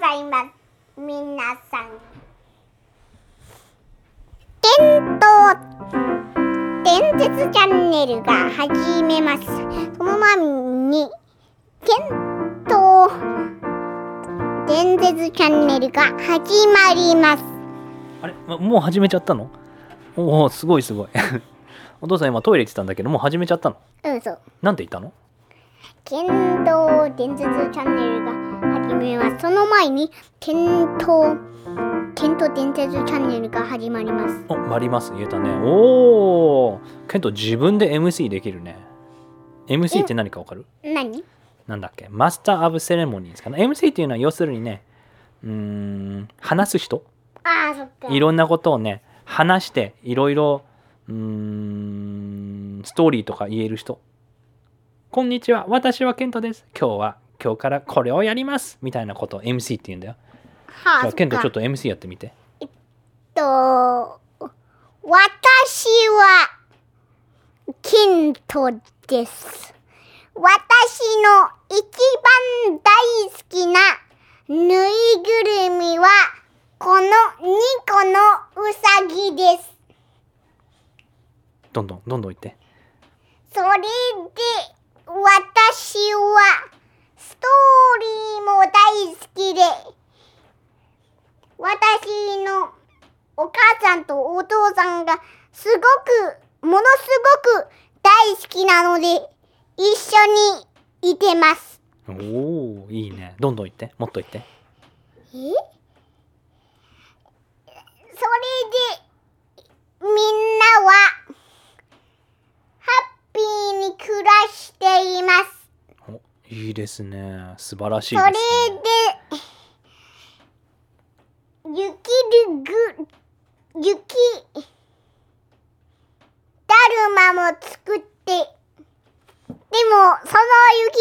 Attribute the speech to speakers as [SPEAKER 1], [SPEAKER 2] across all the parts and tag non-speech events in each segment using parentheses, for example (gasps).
[SPEAKER 1] ざいます。皆さん。伝統伝説チャンネルが始めます。その前に、伝統伝説チャンネルが始まります。
[SPEAKER 2] あれまもう始めちゃったのおおすごい (laughs) すごいお父さん今トイレ行ってたんだけどもう始めちゃったの
[SPEAKER 1] うん、そう。
[SPEAKER 2] なんて言ったの
[SPEAKER 1] 剣道伝説チャンネルが始めます。その前に、剣道、剣道伝説チャンネルが始まります。
[SPEAKER 2] おマリマス言えたねおおケント自分で MC できるね MC って何かわかる
[SPEAKER 1] 何
[SPEAKER 2] なんだっけマスター・オブ・セレモニーですかね MC っていうのは要するにねうーん話す人
[SPEAKER 1] ああ、そっか。
[SPEAKER 2] いろんなことをね話していろいろうーんストーリーとか言える人こんにちは私はケントです今日は今日からこれをやりますみたいなことを MC って言うんだよ
[SPEAKER 1] はあ、
[SPEAKER 2] じ
[SPEAKER 1] そ
[SPEAKER 2] ゃあ
[SPEAKER 1] っ
[SPEAKER 2] ケント
[SPEAKER 1] か
[SPEAKER 2] ちょっと MC やってみて
[SPEAKER 1] と、私は、金とです。私の一番大好きなぬいぐるみは、この2個のうさぎです。
[SPEAKER 2] どんどんどんどん言って
[SPEAKER 1] それで、私は、ストーリーも大好きで、私のお母さんとお父さんがすごく、ものすごく大好きなので、一緒にいてます。
[SPEAKER 2] おおーいいねどんどん言ってもっと言って
[SPEAKER 1] えそれで、みんなは、ハッピーに暮らしています。
[SPEAKER 2] おいいですね素晴らしい
[SPEAKER 1] そ
[SPEAKER 2] で
[SPEAKER 1] れ
[SPEAKER 2] す、
[SPEAKER 1] で
[SPEAKER 2] ね、、
[SPEAKER 1] 雪るぐ、雪、だるまも作って、でも、その雪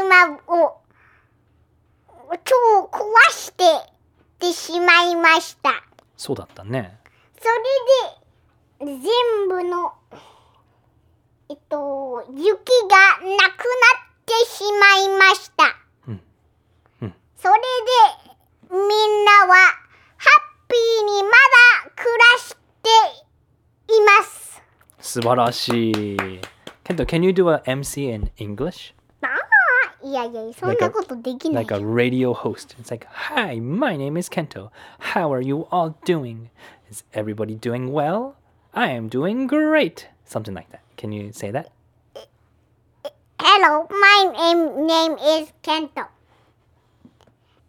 [SPEAKER 1] だるまを、超壊してってしまいました。
[SPEAKER 2] そうだったね
[SPEAKER 1] それで、全部の、えっと、雪がなくなってしまいました。
[SPEAKER 2] うん
[SPEAKER 1] それでみんなはハッピーにまだ暮らしています。
[SPEAKER 2] 素晴らしいケント can you do a MC in English?
[SPEAKER 1] いやいや、そんなことできない。
[SPEAKER 2] like a radio host. It's like, hi, my name is Kento. How are you all doing? Is everybody doing well? I am doing great. Something like that. Can you say that?
[SPEAKER 1] Hello, my name, name is Kento.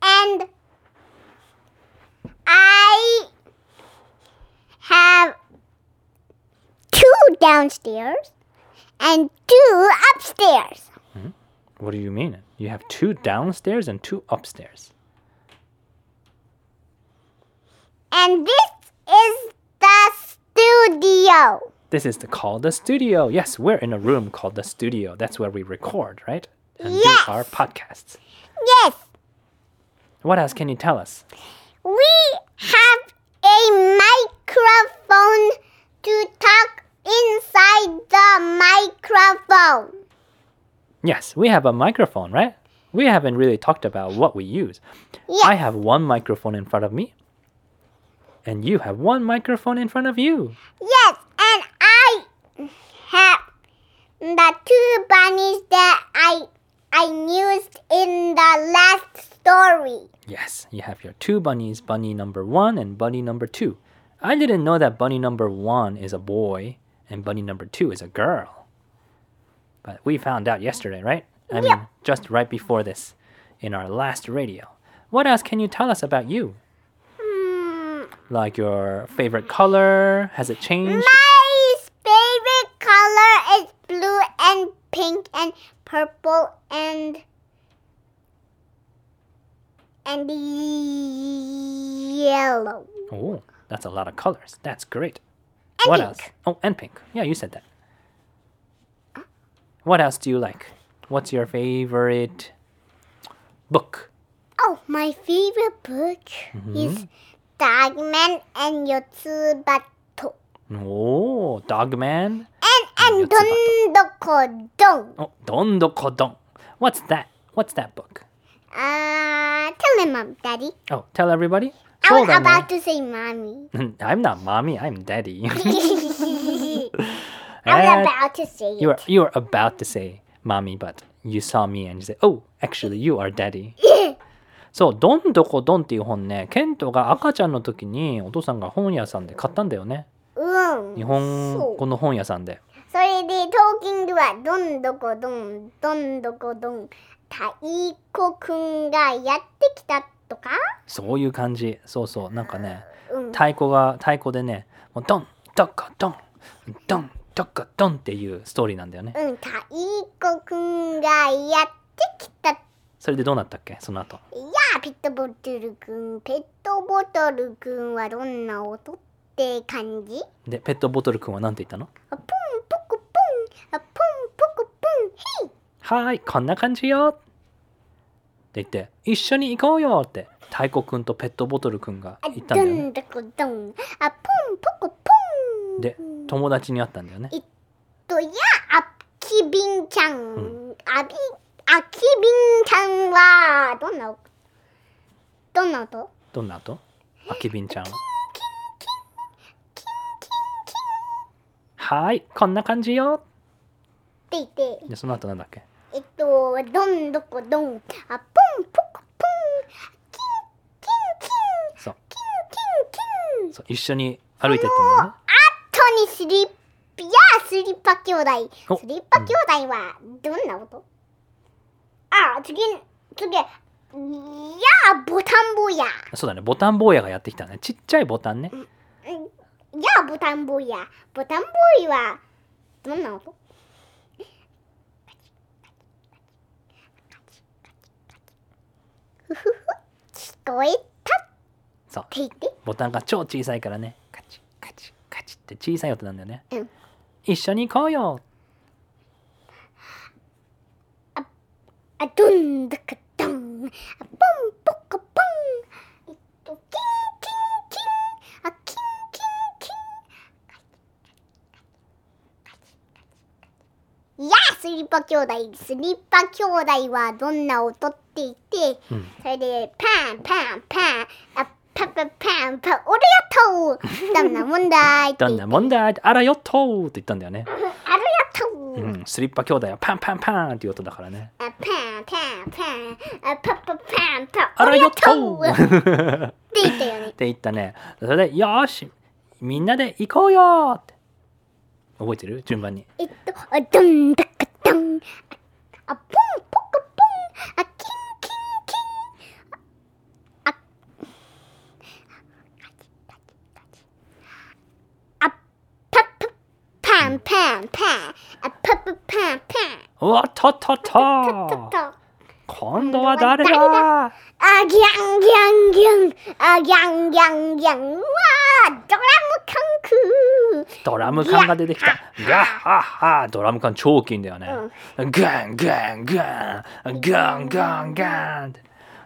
[SPEAKER 1] And I have two downstairs and two upstairs.
[SPEAKER 2] What do you mean? You have two downstairs and two upstairs.
[SPEAKER 1] And this is the studio.
[SPEAKER 2] This is the, called the studio. Yes, we're in a room called the studio. That's where we record, right? And
[SPEAKER 1] Yes.
[SPEAKER 2] do our podcasts.
[SPEAKER 1] Yes.
[SPEAKER 2] What else can you tell us?
[SPEAKER 1] We have a microphone to talk inside the microphone.
[SPEAKER 2] Yes, we have a microphone, right? We haven't really talked about what we use. I
[SPEAKER 1] Yes.
[SPEAKER 2] have one microphone in front of me, and you have one microphone in front of you.
[SPEAKER 1] Yes, and I have the two bunnies that I I used in the last story.
[SPEAKER 2] Yes, you have your two bunnies, bunny number one and bunny number two. I didn't know that bunny number one is a boy and bunny number two is a girl. But we found out yesterday, right? I mean, just right before this, in our last radio. What else can you tell us about you?
[SPEAKER 1] Hmm.
[SPEAKER 2] Like your favorite color? Has it changed?
[SPEAKER 1] My favorite color is blue and pink and purple and and yellow.
[SPEAKER 2] Oh, that's a lot of colors. That's great.
[SPEAKER 1] And
[SPEAKER 2] what
[SPEAKER 1] pink.
[SPEAKER 2] else? Oh, and pink. Yeah, you said that. What else do you like? What's your favorite book?
[SPEAKER 1] Oh, my favorite book
[SPEAKER 2] Mm-hmm.
[SPEAKER 1] is Dogman and Yotsubato.
[SPEAKER 2] Oh, Dogman.
[SPEAKER 1] And and
[SPEAKER 2] Yotsubato.
[SPEAKER 1] Dondoko Don.
[SPEAKER 2] Oh, Don Dokodon. What's that? What's that book?
[SPEAKER 1] Uh tell me, mom, daddy.
[SPEAKER 2] Oh, tell everybody.
[SPEAKER 1] I
[SPEAKER 2] Tell
[SPEAKER 1] was Oh,
[SPEAKER 2] them,
[SPEAKER 1] about to say mommy.
[SPEAKER 2] uh, (laughs) I'm not mommy.
[SPEAKER 1] (laughs)
[SPEAKER 2] I'm daddy.
[SPEAKER 1] I was
[SPEAKER 2] Eh,
[SPEAKER 1] about to say
[SPEAKER 2] you are
[SPEAKER 1] it.
[SPEAKER 2] you are about to say mommy, but you saw me and you say, oh, actually you are daddy. そう、どんどこどんっていう本ね、ケントが赤ちゃんの時にお父さんが本屋さんで買ったんだよね。
[SPEAKER 1] うん。
[SPEAKER 2] 日本
[SPEAKER 1] そう
[SPEAKER 2] この本屋さんで。
[SPEAKER 1] それで、トーキングはどんどこどん、どんどこどん、太鼓くんがやってきたとか
[SPEAKER 2] そういう感じ。そうそう、なんかね、
[SPEAKER 1] うん。
[SPEAKER 2] 太鼓が太鼓でね、もうドン、ドッカドン、ドン、ドッカドンっていうストーリーなんだよね。
[SPEAKER 1] うん、太鼓くんがやってきた。
[SPEAKER 2] それでどうなったっけ、その後。
[SPEAKER 1] いやあ、ペットボトルくん、ペットボトルくんはどんな音って感じ
[SPEAKER 2] で、ペットボトルくんは何て言ったの
[SPEAKER 1] あポンポコポン、あポンポコポン、ヘイ
[SPEAKER 2] はーい、こんな感じよって言って、一緒に行こうよって、太鼓くんとペットボトルくんが
[SPEAKER 1] あ
[SPEAKER 2] 行ったんだよ
[SPEAKER 1] ど
[SPEAKER 2] ね。
[SPEAKER 1] んどこどん、あポンポコポン。
[SPEAKER 2] で、友達に会ったんだよね。
[SPEAKER 1] とやあきびんちゃん、
[SPEAKER 2] ん
[SPEAKER 1] あびあきびんちゃんはどんな音どんな音？
[SPEAKER 2] どんな後あきびんちゃんは。はーい、こんな感じよ
[SPEAKER 1] って言って、
[SPEAKER 2] で、その後なんだっけ
[SPEAKER 1] えっとどんどこどん、あポンポコポン、キン
[SPEAKER 2] そう
[SPEAKER 1] キンキンキンキンキン。
[SPEAKER 2] そう、一緒に歩いてったんだよね。
[SPEAKER 1] 後にスリッピやスリッパ兄弟、
[SPEAKER 2] お
[SPEAKER 1] スリッパ兄弟はどんな音？あ次次やあボタン坊や。
[SPEAKER 2] そうだね、ボタン坊やがやってきたね。ちっちゃいボタンね。
[SPEAKER 1] じゃあボタンボーイやボタンボーイはどんな音ふふふ聞こえたって
[SPEAKER 2] そう、
[SPEAKER 1] 言って
[SPEAKER 2] ボタンが超小さいからね。カチッカチッカチッって小さい音なんだよね。
[SPEAKER 1] うん
[SPEAKER 2] 一緒に行こうよ
[SPEAKER 1] あどんだかどんあポンポコポンえっとキンキンキンあキンキンキンいやあスリッパ兄弟スリッパ兄弟はどんな音って言って
[SPEAKER 2] うん。
[SPEAKER 1] それでパンパンパンあパンパンパンパン俺やっとうどんな問題って
[SPEAKER 2] ど
[SPEAKER 1] 言って
[SPEAKER 2] んな問題あらよっとーって言ったんだよね。
[SPEAKER 1] あれやっとう、
[SPEAKER 2] うん、スリッパ兄弟はパンパンパンっていう音だからね。
[SPEAKER 1] あパンパンパンあパンパンパンパン
[SPEAKER 2] あら
[SPEAKER 1] 俺や
[SPEAKER 2] よっ
[SPEAKER 1] っと
[SPEAKER 2] と
[SPEAKER 1] うっ
[SPEAKER 2] ー (laughs) って
[SPEAKER 1] 言ったよね
[SPEAKER 2] て言ったね。それで、よーしみんなで行こうよーって。覚えてる順番に。
[SPEAKER 1] えっと、あどんだかどん。あ、ポンポコポン。あ、キンキンキン。あ、あ、パプパンパンパン。あ、パプパンパ
[SPEAKER 2] おっとっとっと
[SPEAKER 1] ン。とっ
[SPEAKER 2] ー
[SPEAKER 1] と。
[SPEAKER 2] 今度は誰だ
[SPEAKER 1] あ、ギャンギャンギャン。あ、ギャンギャンギャン。わあ、ドラム缶くー。
[SPEAKER 2] ドラム缶が出てきた。ガッハッハドラム缶超大きいんだよね。ガンガンガンガンガンガンって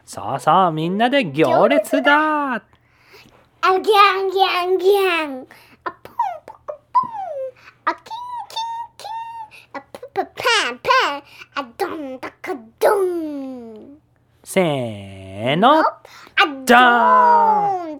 [SPEAKER 2] さあさあみんなで行列だ
[SPEAKER 1] あギャンギャンギャン。あポンポコポン。あキンキンキン。あププパンパン。あどんだかどん。
[SPEAKER 2] せーのっ
[SPEAKER 1] あ
[SPEAKER 2] じ
[SPEAKER 1] ど
[SPEAKER 2] ゃ
[SPEAKER 1] ーんっ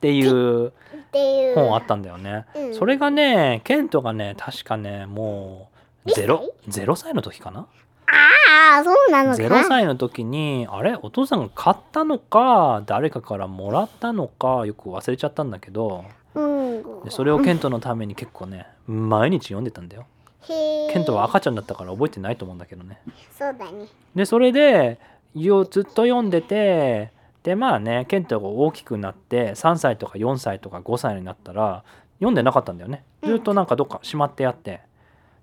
[SPEAKER 1] て
[SPEAKER 2] いう
[SPEAKER 1] ていう。
[SPEAKER 2] 本あったんだよね
[SPEAKER 1] う。ん
[SPEAKER 2] それがね、ケントがね、確かね、もうゼロ、ゼロ歳の時かな
[SPEAKER 1] ああそうなのか。
[SPEAKER 2] ゼロ歳の時にあれお父さんが買ったのか誰かからもらったのかよく忘れちゃったんだけど
[SPEAKER 1] うん。
[SPEAKER 2] でそれをケントのために結構ね毎日読んでたんだよ
[SPEAKER 1] へえ。
[SPEAKER 2] ケントは赤ちゃんだったから覚えてないと思うんだけどね
[SPEAKER 1] そうだね。
[SPEAKER 2] でそれでよずっと読んでてでまあねケントが大きくなって3歳とか4歳とか5歳になったら読んでなかったんだよねずっとなんかどっかしまってやって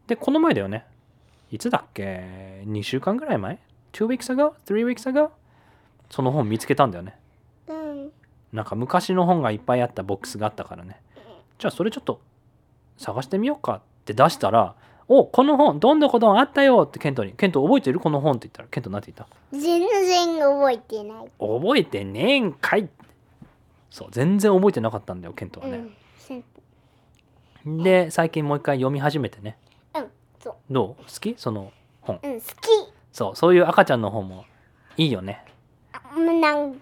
[SPEAKER 2] でこの前だよねいつだっけ2週間ぐらい前 ?2 weeks ago? 3 weeks ago? その本見つけたんだよね
[SPEAKER 1] うん。
[SPEAKER 2] なんか昔の本がいっぱいあったボックスがあったからねじゃあそれちょっと探してみようかって出したら「おこの本どんどこどんあったよ」ってケントに「ケント覚えてるこの本」って言ったらケントなんて言った
[SPEAKER 1] 全然覚えてない。
[SPEAKER 2] 覚えてねえんかいそう全然覚えてなかったんだよケントは
[SPEAKER 1] う
[SPEAKER 2] ね、
[SPEAKER 1] ん。せん
[SPEAKER 2] で最近もう一回読み始めてね
[SPEAKER 1] うん。そう。
[SPEAKER 2] どう好きその本
[SPEAKER 1] うん好き。
[SPEAKER 2] そうそういう赤ちゃんの本もいいよね
[SPEAKER 1] あなん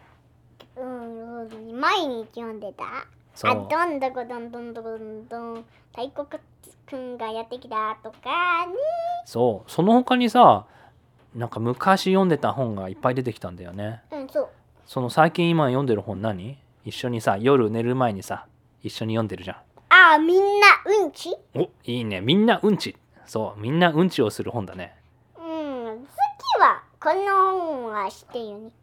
[SPEAKER 1] うん毎日読んでた
[SPEAKER 2] そ
[SPEAKER 1] あ
[SPEAKER 2] う
[SPEAKER 1] どんどこどんどんどこどんどん大国くんがやってきたとかね
[SPEAKER 2] そうその他にさなんか昔読んでた本がいっぱい出てきたんだよね
[SPEAKER 1] うんそう
[SPEAKER 2] その最近今読んでる本何一緒にさ夜寝る前にさ一緒に読んでるじゃん
[SPEAKER 1] あみんなうんち
[SPEAKER 2] おいいねみんなうんちそうみんなうんちをする本だね
[SPEAKER 1] うん次はこの本は知ってるよね
[SPEAKER 2] ん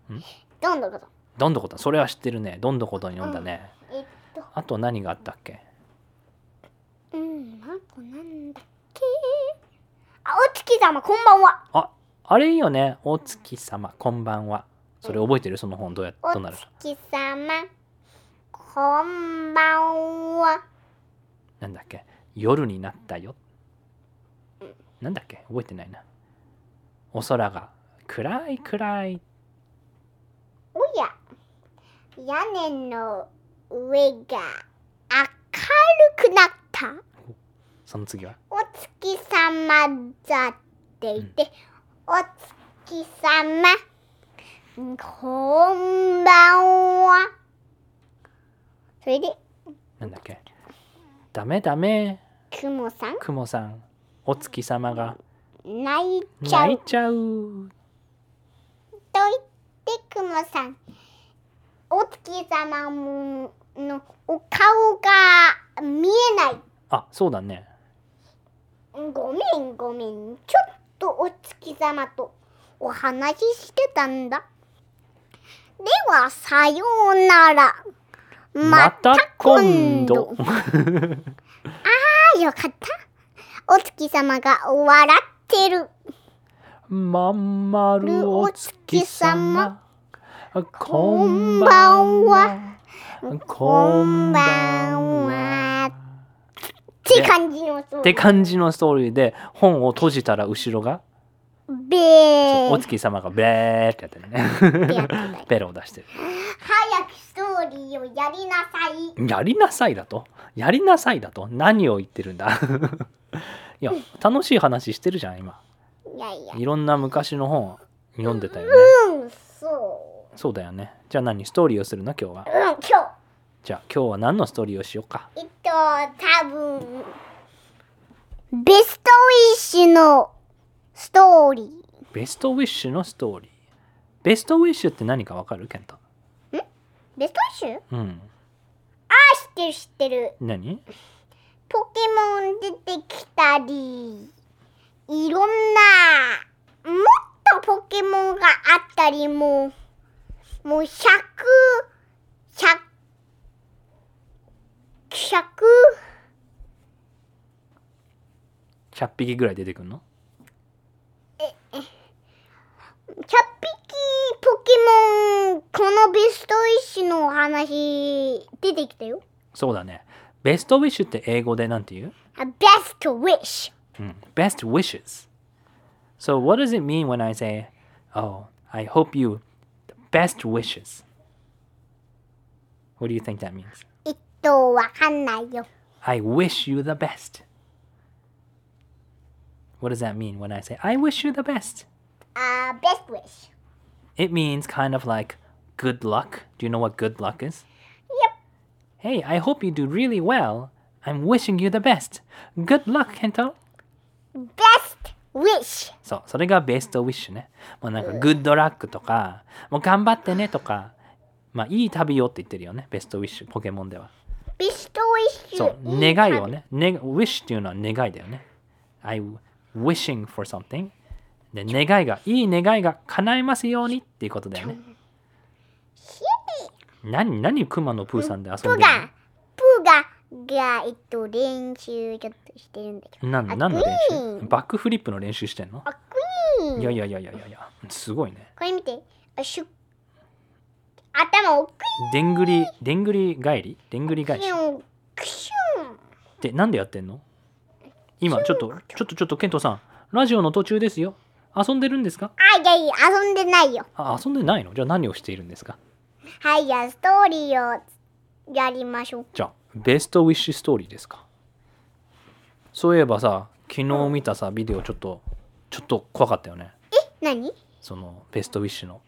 [SPEAKER 1] どんどこどん
[SPEAKER 2] どんどことそれは知ってるねどんどことに読んだね、
[SPEAKER 1] えっと
[SPEAKER 2] あと何があったっけ
[SPEAKER 1] うんあとなんだっけあお月様こんばんは
[SPEAKER 2] ああれいいよねお月様こんばんはそれ覚えてるその本どうや
[SPEAKER 1] お
[SPEAKER 2] どうなるか
[SPEAKER 1] 月様こんばんは
[SPEAKER 2] なんだっけ夜になったよなんだっけ覚えてないなお空が暗い暗い
[SPEAKER 1] おや屋根の上が明るくなった
[SPEAKER 2] その次は
[SPEAKER 1] お月様だって言って、お月様こんばんはそれで
[SPEAKER 2] なんだっけダメダメ
[SPEAKER 1] 雲さん
[SPEAKER 2] 雲さんお月様が
[SPEAKER 1] 泣いちゃ
[SPEAKER 2] 泣
[SPEAKER 1] う
[SPEAKER 2] いちゃう
[SPEAKER 1] と言ってくもさんお月様ものお顔が見えない
[SPEAKER 2] あそうだね
[SPEAKER 1] ごめんごめんちょっとお月様とお話ししてたんだではさようなら
[SPEAKER 2] また今度
[SPEAKER 1] あよかったお月様が笑ってる
[SPEAKER 2] まんまるお月様こん
[SPEAKER 1] ん
[SPEAKER 2] ば
[SPEAKER 1] ば
[SPEAKER 2] ん
[SPEAKER 1] ん
[SPEAKER 2] は
[SPEAKER 1] は
[SPEAKER 2] こ
[SPEAKER 1] こ
[SPEAKER 2] ん
[SPEAKER 1] ん
[SPEAKER 2] ば
[SPEAKER 1] ば
[SPEAKER 2] ん
[SPEAKER 1] ん
[SPEAKER 2] は
[SPEAKER 1] は
[SPEAKER 2] で
[SPEAKER 1] って感じのそう
[SPEAKER 2] って感じのストーリーで本を閉じたら後ろが
[SPEAKER 1] べー
[SPEAKER 2] お月様がベーってやってる
[SPEAKER 1] って (laughs) やって
[SPEAKER 2] ね
[SPEAKER 1] ない
[SPEAKER 2] ベロを出して
[SPEAKER 1] 早くストーリーをやりなさい
[SPEAKER 2] るやりなさいだとやりなさいだと何を言ってるんだ (laughs) いや楽しい話してるじゃん今
[SPEAKER 1] いやいや
[SPEAKER 2] いろんな昔の本読んでたよね
[SPEAKER 1] うんそう
[SPEAKER 2] そうだよねじゃあ何ストーリーをするの今日は
[SPEAKER 1] うん今日
[SPEAKER 2] じゃあ今日は何のストーリーをしようか
[SPEAKER 1] えっと多分ベストウィッシュのストーリー
[SPEAKER 2] ベストウィッシュのストーリー。ベストウィッシュって何かわかるケンタ。
[SPEAKER 1] ベストウィッシュ
[SPEAKER 2] うん。
[SPEAKER 1] あ知ってる知ってる
[SPEAKER 2] 何
[SPEAKER 1] ポケモン出てきたりいろんなもっとポケモンがあったりもうもう100 100 100
[SPEAKER 2] ?100 匹ぐらい出てくるの
[SPEAKER 1] 100匹ポケモンこのベストウィッシュのお話出てきたよ
[SPEAKER 2] そうだね。ベストウィッシュって英語でなんて言う
[SPEAKER 1] あベストウィッシュ
[SPEAKER 2] うん。Best wishes. So what does it mean when I say, oh, I hope you the best wishes? What do you think that means?
[SPEAKER 1] えっとわかんないよ
[SPEAKER 2] I wish you the best. What does that mean when I say, I wish you the best?
[SPEAKER 1] あベストウィッシュ
[SPEAKER 2] It means kind of like good luck. Do you know what good luck is?
[SPEAKER 1] Yep.
[SPEAKER 2] Hey, I hope you do really well. I'm wishing you the best. Good luck, Kento.
[SPEAKER 1] ベストウィッシュ
[SPEAKER 2] そう、それがベストウィッシュね。もうなんか、グッドラックとか、もう頑張ってねとか、まあ、いい旅よって言ってるよね、ベストウィッシュ、ポケモンでは。
[SPEAKER 1] ベストウィッシュ
[SPEAKER 2] そう、願いをね。ね、ウィッシュっていうのは願いだよね。I wishing for something. で、願いが、いい願いが叶えますようにっていうことだよね。何、何、クマのプーさんで遊んで
[SPEAKER 1] プ
[SPEAKER 2] るの
[SPEAKER 1] が、プが、が、えっと、練習ちょっとしてるんだけど。
[SPEAKER 2] なん
[SPEAKER 1] あ
[SPEAKER 2] 何の練
[SPEAKER 1] グリー
[SPEAKER 2] 習
[SPEAKER 1] ン
[SPEAKER 2] バックフリップの練習してんの
[SPEAKER 1] あ、クイーン
[SPEAKER 2] いやいやいやいやいやいやすごいね
[SPEAKER 1] これ見て。あ、しゅ頭をク
[SPEAKER 2] でんぐりでんぐり返りでんぐり返
[SPEAKER 1] イ
[SPEAKER 2] し
[SPEAKER 1] ーンをクシュン。
[SPEAKER 2] ってなんでやってんの今ちょっとちょっとちょっとケントさんラジオの途中ですよ遊んでるんですか
[SPEAKER 1] あ、いやいや、遊んでないよ。
[SPEAKER 2] あ遊んでないのじゃあ何をしているんですか
[SPEAKER 1] はい、じゃあ、ストーリーをやりましょう。
[SPEAKER 2] じゃあベストウィッシュストーリーですかそういえばさ昨日見たさビデオちょっとちょっと怖かったよね
[SPEAKER 1] 何
[SPEAKER 2] そのベストウィッシュの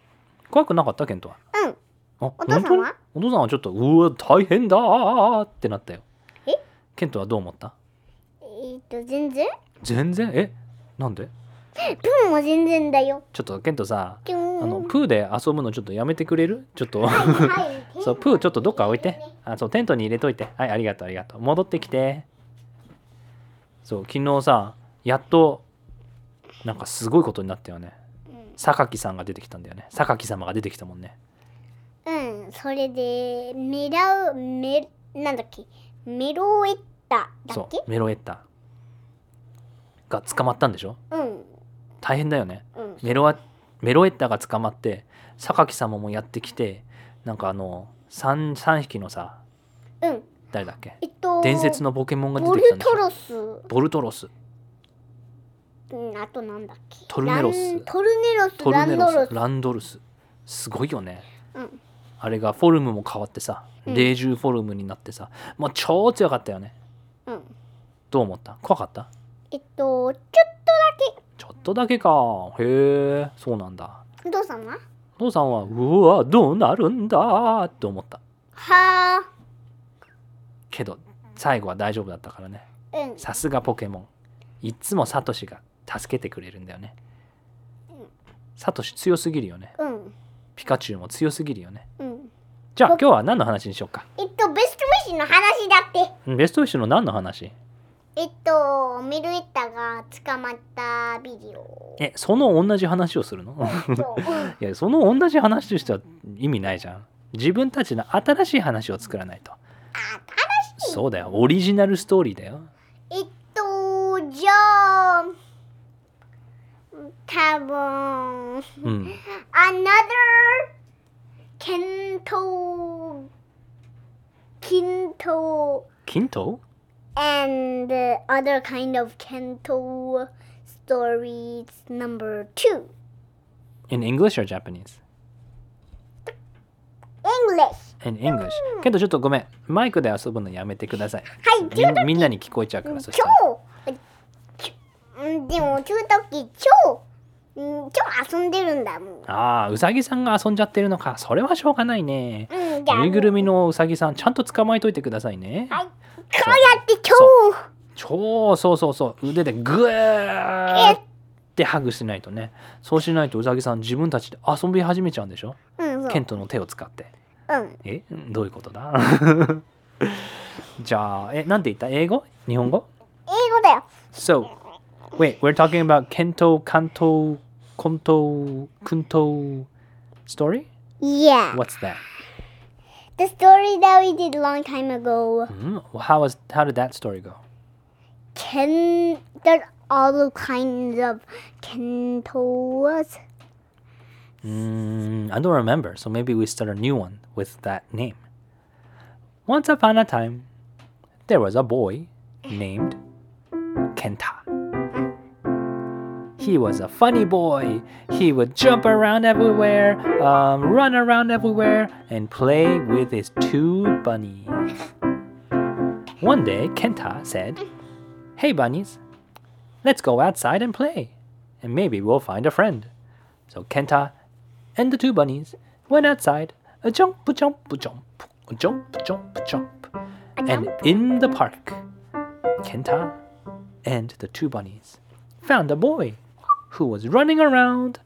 [SPEAKER 2] 怖くなかったケントは。
[SPEAKER 1] うん。
[SPEAKER 2] あ、
[SPEAKER 1] お父さんは
[SPEAKER 2] 本当にお父さんはちょっと、うわ、大変だーってなったよ。
[SPEAKER 1] え
[SPEAKER 2] ケントはどう思った
[SPEAKER 1] えーっと、全然
[SPEAKER 2] 全然、えなんで
[SPEAKER 1] プーも全然だよ。
[SPEAKER 2] ちょっとケントさ、
[SPEAKER 1] キュ
[SPEAKER 2] あ
[SPEAKER 1] ーン
[SPEAKER 2] の、プーで遊ぶのちょっとやめてくれるちょっと。
[SPEAKER 1] はい
[SPEAKER 2] そう、プーちょっとどっか置いて。あ、そう、テントに入れといて。はい、ありがとう、ありがとう。戻ってきて。そう、昨日さ、やっと、なんかすごいことになったよね。榊さんが出てきたんだよね。榊様が出てきたもんね。
[SPEAKER 1] うん、それで、メラウ、メ、なんだっけ、メロエッタだ
[SPEAKER 2] そ
[SPEAKER 1] っけ
[SPEAKER 2] う、メロエッタが捕まったんでしょ
[SPEAKER 1] うん、
[SPEAKER 2] 大変だよね。
[SPEAKER 1] うん。
[SPEAKER 2] メロアメロエッタが捕まって、榊様もやってきて、なんかあの、3, 三匹のさ、
[SPEAKER 1] うん、
[SPEAKER 2] 誰だっけ
[SPEAKER 1] えっと、
[SPEAKER 2] 伝説のポケモンが出
[SPEAKER 1] ボ
[SPEAKER 2] て
[SPEAKER 1] ル
[SPEAKER 2] きたんでし
[SPEAKER 1] ト
[SPEAKER 2] ょ
[SPEAKER 1] ロス、
[SPEAKER 2] ボルトロス。
[SPEAKER 1] うん、あとなんだっけ
[SPEAKER 2] トルネロス
[SPEAKER 1] ラントルネロス、
[SPEAKER 2] トル
[SPEAKER 1] ラ
[SPEAKER 2] ネ
[SPEAKER 1] ンド
[SPEAKER 2] ロ
[SPEAKER 1] ロ
[SPEAKER 2] ス
[SPEAKER 1] ス。
[SPEAKER 2] ランドルスすごいよね
[SPEAKER 1] うん、
[SPEAKER 2] あれがフォルムも変わってさ
[SPEAKER 1] うん
[SPEAKER 2] 霊獣フォルムになってさもう超強かったよね
[SPEAKER 1] うん。
[SPEAKER 2] どう思った怖かった
[SPEAKER 1] えっと、ちょっとだ
[SPEAKER 2] ちょっとだけかへえそうなんだ
[SPEAKER 1] け、お父さんは
[SPEAKER 2] お父さんはうわどうなるんだって思った
[SPEAKER 1] は
[SPEAKER 2] けど最後は大丈夫だったからね
[SPEAKER 1] あ、うん、
[SPEAKER 2] さすがポケモンいっつもサトシが助けてくれるんだよねサトシ強すぎるよね
[SPEAKER 1] うん、
[SPEAKER 2] ピカチュウも強すぎるよね
[SPEAKER 1] うん。
[SPEAKER 2] じゃあ今日は何の話にしようか
[SPEAKER 1] えっと、ベストウィッシュの話だって。
[SPEAKER 2] ベストウィッシュの何の話
[SPEAKER 1] えっと、メルエッタが捕まったビデオ。
[SPEAKER 2] (laughs) えその同じ話をするの (laughs)
[SPEAKER 1] そううん
[SPEAKER 2] いやその同じ話としては意味ないじゃん自分たちの新しい話を作らないと
[SPEAKER 1] あ
[SPEAKER 2] そうだよオリジナルストーリーだよ
[SPEAKER 1] えっと、じゃあ、多分
[SPEAKER 2] うん
[SPEAKER 1] another 検討、検討、
[SPEAKER 2] 均等
[SPEAKER 1] and other kind of 検討 stories number two.
[SPEAKER 2] in English or Japanese
[SPEAKER 1] English.
[SPEAKER 2] in English けどちょっとごめんマイクで遊ぶのやめてください
[SPEAKER 1] はい、
[SPEAKER 2] みんみんなに聞こえちゃうからそした
[SPEAKER 1] 超
[SPEAKER 2] ら
[SPEAKER 1] うんでも、中時超、うん超遊んでるんだもん。
[SPEAKER 2] ああうさぎさんが遊んじゃってるのかそれはしょうがないね
[SPEAKER 1] うん、じゃあ
[SPEAKER 2] ぬいぐるみのうさぎさんちゃんと捕まえといてくださいね
[SPEAKER 1] はい、こうやって超。
[SPEAKER 2] 超そうそうそう腕でグーってハグしないとねそうしないとうさぎさん自分たちで遊び始めちゃうんでしょ
[SPEAKER 1] うん、そう。
[SPEAKER 2] ケントの手を使って
[SPEAKER 1] うん。
[SPEAKER 2] えどういうことだ (laughs) じゃあえなんて言った英語日本語
[SPEAKER 1] 英語だよ。
[SPEAKER 2] So wait we're talking about Kento Kanto Konto Kunto story
[SPEAKER 1] Yeah.
[SPEAKER 2] What's that
[SPEAKER 1] The story that we did long time ago.
[SPEAKER 2] Hmm? How was how did that story go
[SPEAKER 1] Ken, there's all kinds of kentos.
[SPEAKER 2] Mm, I don't remember, so maybe we start a new one with that name. Once upon a time, there was a boy named Kenta. He was a funny boy. He would jump around everywhere, um, run around everywhere, and play with his two bunnies. One day, Kenta said, Hey, bunnies, let's go outside and play, and maybe we'll find a friend. So Kenta and the two bunnies went outside. A jump, a jump, a jump, a jump, a jump, a jump. And in the park, Kenta and the two bunnies found a boy who was running around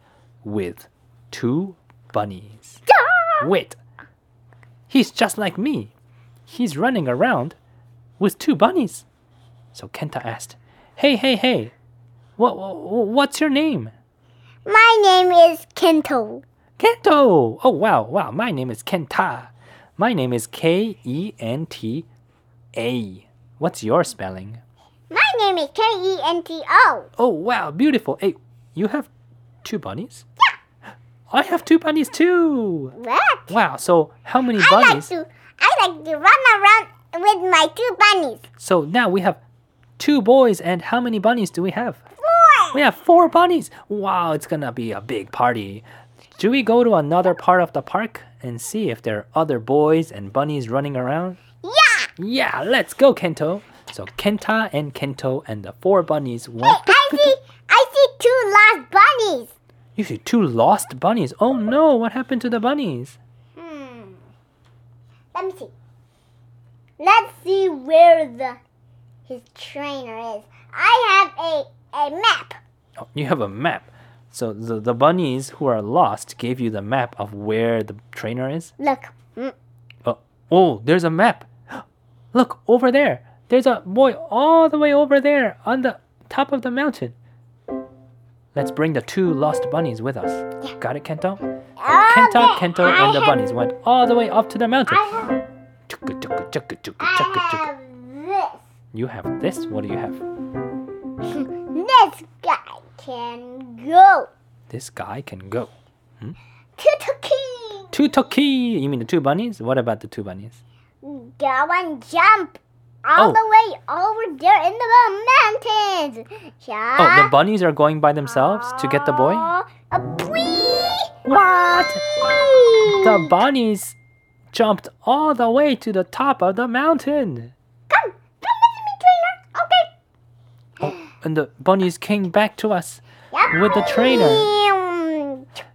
[SPEAKER 2] with two bunnies. Wait, he's just like me. He's running around with two bunnies. So Kenta asked, "Hey, hey, hey, what, what's your name?"
[SPEAKER 1] My name is Kento.
[SPEAKER 2] Kento! Oh, wow, wow. My name is Kenta. My name is K E N T A. What's your spelling?
[SPEAKER 1] My name is K E N T O.
[SPEAKER 2] Oh, wow, beautiful. Hey, you have two bunnies? Yeah. I have two bunnies too.
[SPEAKER 1] What?
[SPEAKER 2] Wow, so how many
[SPEAKER 1] I like
[SPEAKER 2] bunnies?
[SPEAKER 1] to, I like to run around with my two bunnies.
[SPEAKER 2] So now we have two boys, and how many bunnies do we have?
[SPEAKER 1] Four.
[SPEAKER 2] We have four bunnies. Wow, it's gonna be a big party. Should we go to another part of the park and see if there are other boys and bunnies running around?
[SPEAKER 1] Yeah.
[SPEAKER 2] Yeah, let's go, Kento. So Kenta and Kento and the four bunnies went.
[SPEAKER 1] I see, I see two lost bunnies.
[SPEAKER 2] You see two lost bunnies. Oh no, what happened to the bunnies?
[SPEAKER 1] Hmm. Let me see. Let's see where the his trainer is. I have a, a map.
[SPEAKER 2] Oh, you have a map. So the, the bunnies who are lost gave you the map of where the trainer is?
[SPEAKER 1] Look. Mm.
[SPEAKER 2] Oh, oh there's a map. (gasps) Look over there. There's a boy all the way over there on the top of the mountain. Let's bring the two lost bunnies with us. Got it, Kento? Kento,
[SPEAKER 1] Okay,
[SPEAKER 2] Kento,
[SPEAKER 1] Oh, I
[SPEAKER 2] and the
[SPEAKER 1] have-
[SPEAKER 2] bunnies went all the way up to the mountain.
[SPEAKER 1] I have,
[SPEAKER 2] Chugga, chugga, chugga, chugga,
[SPEAKER 1] Ah!
[SPEAKER 2] chugga, chugga.
[SPEAKER 1] I have
[SPEAKER 2] You have this. What do you have?
[SPEAKER 1] this. (laughs) This guy can go
[SPEAKER 2] This guy can go.
[SPEAKER 1] to the king.
[SPEAKER 2] Two Toki! You mean the two bunnies? What about the two bunnies?
[SPEAKER 1] Go and jump all
[SPEAKER 2] Oh.
[SPEAKER 1] the way over there in the mountains. Yeah.
[SPEAKER 2] Oh, the bunnies are going by themselves to get the boy?
[SPEAKER 1] A wee.
[SPEAKER 2] What? The bunnies jumped all the way to the top of the mountain.
[SPEAKER 1] Come, come with me, trainer. Okay.
[SPEAKER 2] And the bunnies came back to us.
[SPEAKER 1] Yep.
[SPEAKER 2] With the trainer.
[SPEAKER 1] Um,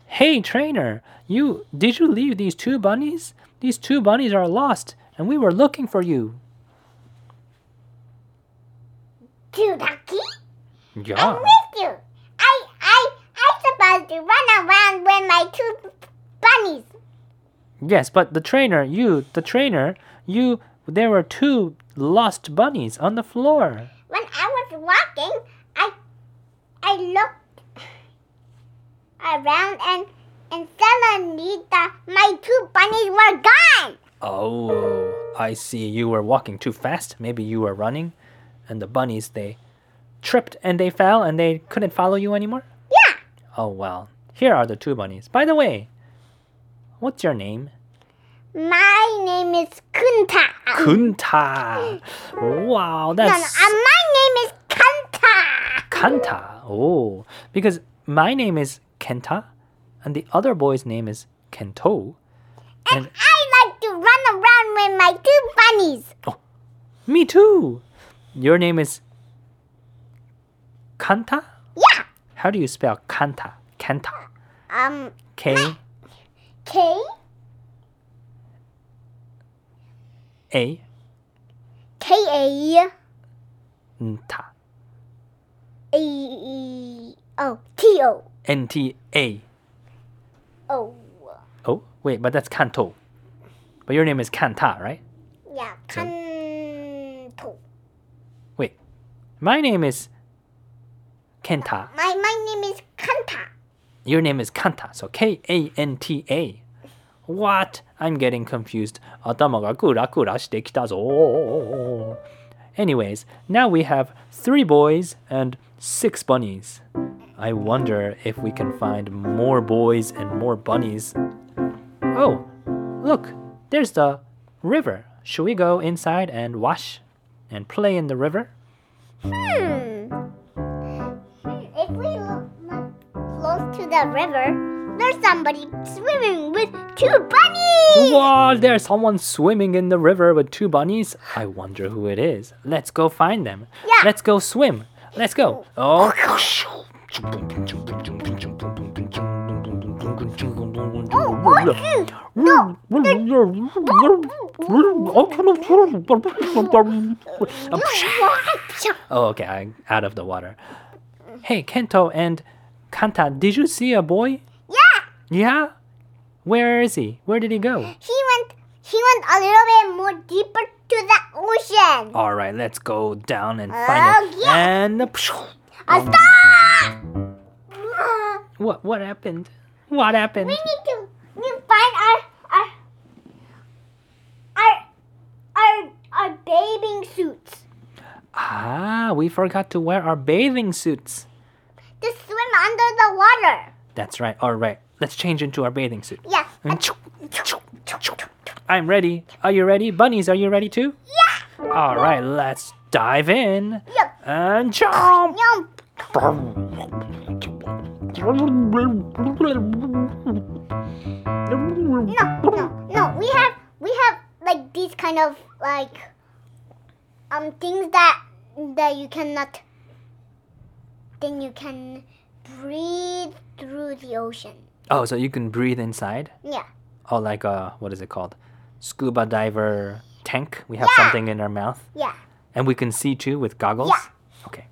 [SPEAKER 2] Hey trainer, you did you leave these two bunnies? These two bunnies are lost and we were looking for you.
[SPEAKER 1] To the key? I'm
[SPEAKER 2] Yeah.
[SPEAKER 1] with you. I, I, I'm supposed to run around with my two bunnies.
[SPEAKER 2] Yes, but the trainer, you, the trainer, you there were two lost bunnies on the floor.
[SPEAKER 1] When I was walking, I, I looked around and and suddenly the, my two bunnies were gone.
[SPEAKER 2] Oh, I see you were walking too fast. Maybe you were running and the bunnies they tripped and they fell and they couldn't follow you anymore.
[SPEAKER 1] Yeah.
[SPEAKER 2] Oh well. Here are the two bunnies. By the way, what's your name?
[SPEAKER 1] My name is Kunta.
[SPEAKER 2] Kunta.
[SPEAKER 1] No,
[SPEAKER 2] Wow,
[SPEAKER 1] no,
[SPEAKER 2] that's
[SPEAKER 1] uh, my name is Kunta.
[SPEAKER 2] Kanta. Oh, because my name is Kenta, and the other boy's name is Kento.
[SPEAKER 1] And I like to run around with my two bunnies.
[SPEAKER 2] Oh, Me too. Your name is Kanta.
[SPEAKER 1] Yeah.
[SPEAKER 2] How do you spell Kanta? Kanta.
[SPEAKER 1] Um,
[SPEAKER 2] K
[SPEAKER 1] K
[SPEAKER 2] A
[SPEAKER 1] K A
[SPEAKER 2] N T A
[SPEAKER 1] A E O T O
[SPEAKER 2] N T A.
[SPEAKER 1] O.
[SPEAKER 2] Oh, wait, but that's Kanto. But your name is Kanta, right?
[SPEAKER 1] Yeah,
[SPEAKER 2] So-
[SPEAKER 1] Kanto.
[SPEAKER 2] Wait, my name is Kenta.
[SPEAKER 1] My my name is Kanta.
[SPEAKER 2] Your name is Kanta, so K A N T A. What? I'm getting confused. 頭がクラクラしてきたぞ。Anyways, now we have three boys and six bunnies. I wonder if we can find more boys and more bunnies. Oh, look, there's the river. Should we go inside and wash and play in the river?
[SPEAKER 1] Hmm. If we look look close to the river, there's somebody swimming with two bunnies.
[SPEAKER 2] Wow, there's someone swimming in the river with two bunnies. I wonder who it is. Let's go find them.
[SPEAKER 1] Yeah.
[SPEAKER 2] Let's go swim. Let's go. Oh. Oh, okay, I'm out of the water. Hey, Kento and Kanta, did you see a boy?
[SPEAKER 1] Yeah.
[SPEAKER 2] Yeah? Where is he? Where did he go?
[SPEAKER 1] He went he went a little bit more deeper to the ocean.
[SPEAKER 2] All right, let's go down and find it.
[SPEAKER 1] Oh, yeah.
[SPEAKER 2] And
[SPEAKER 1] A star!
[SPEAKER 2] what what happened? What happened?
[SPEAKER 1] Ah, We need to we need to find our our our our our bathing suits
[SPEAKER 2] Ah, we forgot to wear our bathing suits.
[SPEAKER 1] to swim under the water.
[SPEAKER 2] That's right. All right, let's change into our bathing suit.
[SPEAKER 1] Yeah.
[SPEAKER 2] I'm ready. Are you ready? Bunnies, are you ready too?
[SPEAKER 1] Yeah.
[SPEAKER 2] All right, let's dive in
[SPEAKER 1] Yep.
[SPEAKER 2] and jump.
[SPEAKER 1] Yum. No, no, no. We have we have like these kind of like um things that that you cannot then you can breathe through the ocean.
[SPEAKER 2] Oh, so you can breathe inside?
[SPEAKER 1] Yeah.
[SPEAKER 2] Oh, like a, what is it called? Scuba diver tank. We have
[SPEAKER 1] Yeah.
[SPEAKER 2] something in our mouth.
[SPEAKER 1] Yeah.
[SPEAKER 2] And we can see too with goggles?
[SPEAKER 1] Yeah.
[SPEAKER 2] Okay.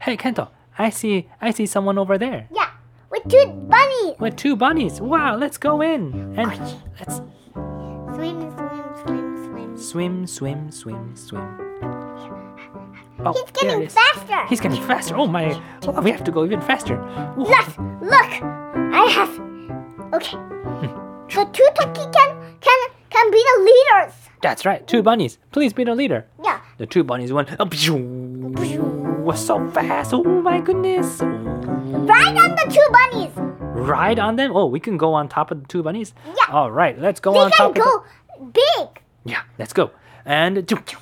[SPEAKER 2] Hey, Kento, I see, I see someone over there
[SPEAKER 1] Yeah. With two bunnies.
[SPEAKER 2] with two bunnies. Wow, let's go in. And let's
[SPEAKER 1] Swim, swim, swim, swim.
[SPEAKER 2] swim, swim, swim, swim. Oh,
[SPEAKER 1] He's
[SPEAKER 2] there it
[SPEAKER 1] getting
[SPEAKER 2] is.
[SPEAKER 1] faster.
[SPEAKER 2] He's getting faster. Oh my, oh, we have to go even faster. Whoa.
[SPEAKER 1] Look, look. I have.
[SPEAKER 2] (laughs)
[SPEAKER 1] Okay. so Tutaki can can can be the leaders.
[SPEAKER 2] That's right, two bunnies. Please be the leader.
[SPEAKER 1] Yeah.
[SPEAKER 2] The two bunnies went. Oh, pshoo. was so fast. Oh my goodness. Oh,
[SPEAKER 1] Ride on the two bunnies.
[SPEAKER 2] Ride on them. Oh, we can go on top of the two bunnies.
[SPEAKER 1] Yeah.
[SPEAKER 2] All right, let's go
[SPEAKER 1] They
[SPEAKER 2] on
[SPEAKER 1] can
[SPEAKER 2] top
[SPEAKER 1] go
[SPEAKER 2] of.
[SPEAKER 1] big.
[SPEAKER 2] The, yeah, let's go. And choo, choo.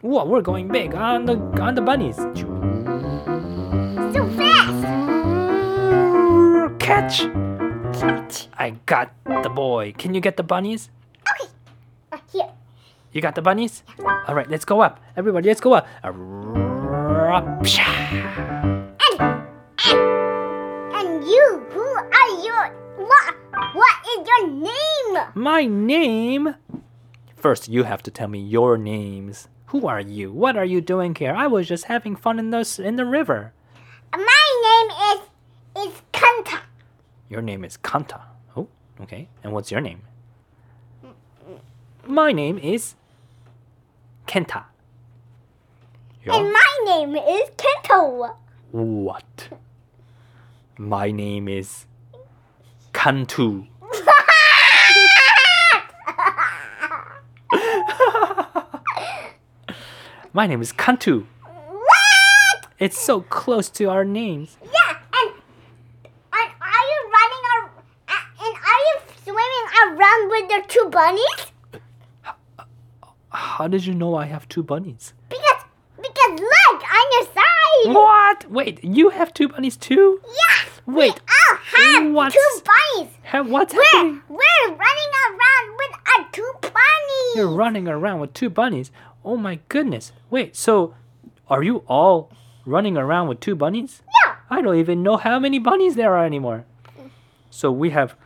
[SPEAKER 2] whoa, we're going big on the on the bunnies. Choo.
[SPEAKER 1] So fast.
[SPEAKER 2] Catch! I got the boy. Can you get the bunnies?
[SPEAKER 1] Okay. Uh, here.
[SPEAKER 2] You got the bunnies? All right, let's go up. Everybody, let's go up. Arrrrrrrrrrrrrrrrrrrrrrrrrrrrrrrrrrrrrr. Psha.
[SPEAKER 1] And and and you. Who are you? What what is your name?
[SPEAKER 2] My name? First, you have to tell me your names. Who are you? What are you doing here? I was just having fun in the, s- in the river.
[SPEAKER 1] My name is is Kanta.
[SPEAKER 2] Your name is Kanta. Oh, okay. And what's your name? My name is Kenta.
[SPEAKER 1] And
[SPEAKER 2] Your
[SPEAKER 1] my name is Kento. (laughs)
[SPEAKER 2] what? My name is Kantu. My name is Kantu.
[SPEAKER 1] What?
[SPEAKER 2] It's so close to our names.
[SPEAKER 1] Yeah, and and are you running or and are you swimming around with the two bunnies?
[SPEAKER 2] How did you know I have two bunnies?
[SPEAKER 1] Because because look on your side.
[SPEAKER 2] What? Wait, you have two bunnies too?
[SPEAKER 1] Yeah,
[SPEAKER 2] Wait,
[SPEAKER 1] I'll have
[SPEAKER 2] What's-
[SPEAKER 1] two bunnies.
[SPEAKER 2] ha- what's
[SPEAKER 1] We're
[SPEAKER 2] happening?
[SPEAKER 1] we're running around with our two bunnies.
[SPEAKER 2] You're running around with two bunnies. Oh my goodness. Wait, so are you all running around with two bunnies?
[SPEAKER 1] Yeah,
[SPEAKER 2] I don't even know how many bunnies there are anymore. So we have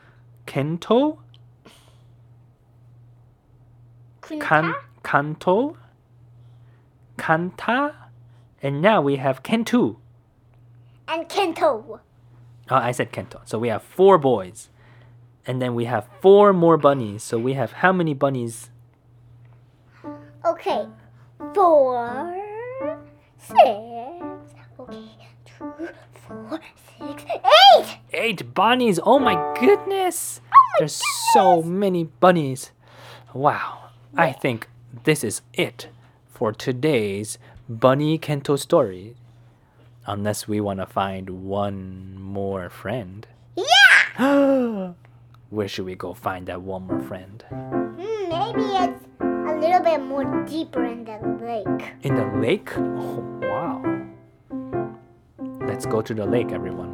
[SPEAKER 2] Kento, Kan,
[SPEAKER 1] Kunta?
[SPEAKER 2] Kanto, Kanta, and now we have Kentu.
[SPEAKER 1] and Kento.
[SPEAKER 2] Oh, I said Kento. So we have four boys. And then we have four more bunnies. So we have how many bunnies?
[SPEAKER 1] Okay, four, six. Okay, two, four, six, eight.
[SPEAKER 2] Eight bunnies. Oh my goodness. There's so many bunnies. Wow. I think this is it for today's Bunny Kento story. Unless we want to find one more friend. (gasps)
[SPEAKER 1] Yeah.
[SPEAKER 2] Where should we go find that one more friend?
[SPEAKER 1] Hmm, maybe it's a little bit more deeper in the lake.
[SPEAKER 2] In the lake? Oh, wow. Let's go to the lake, everyone.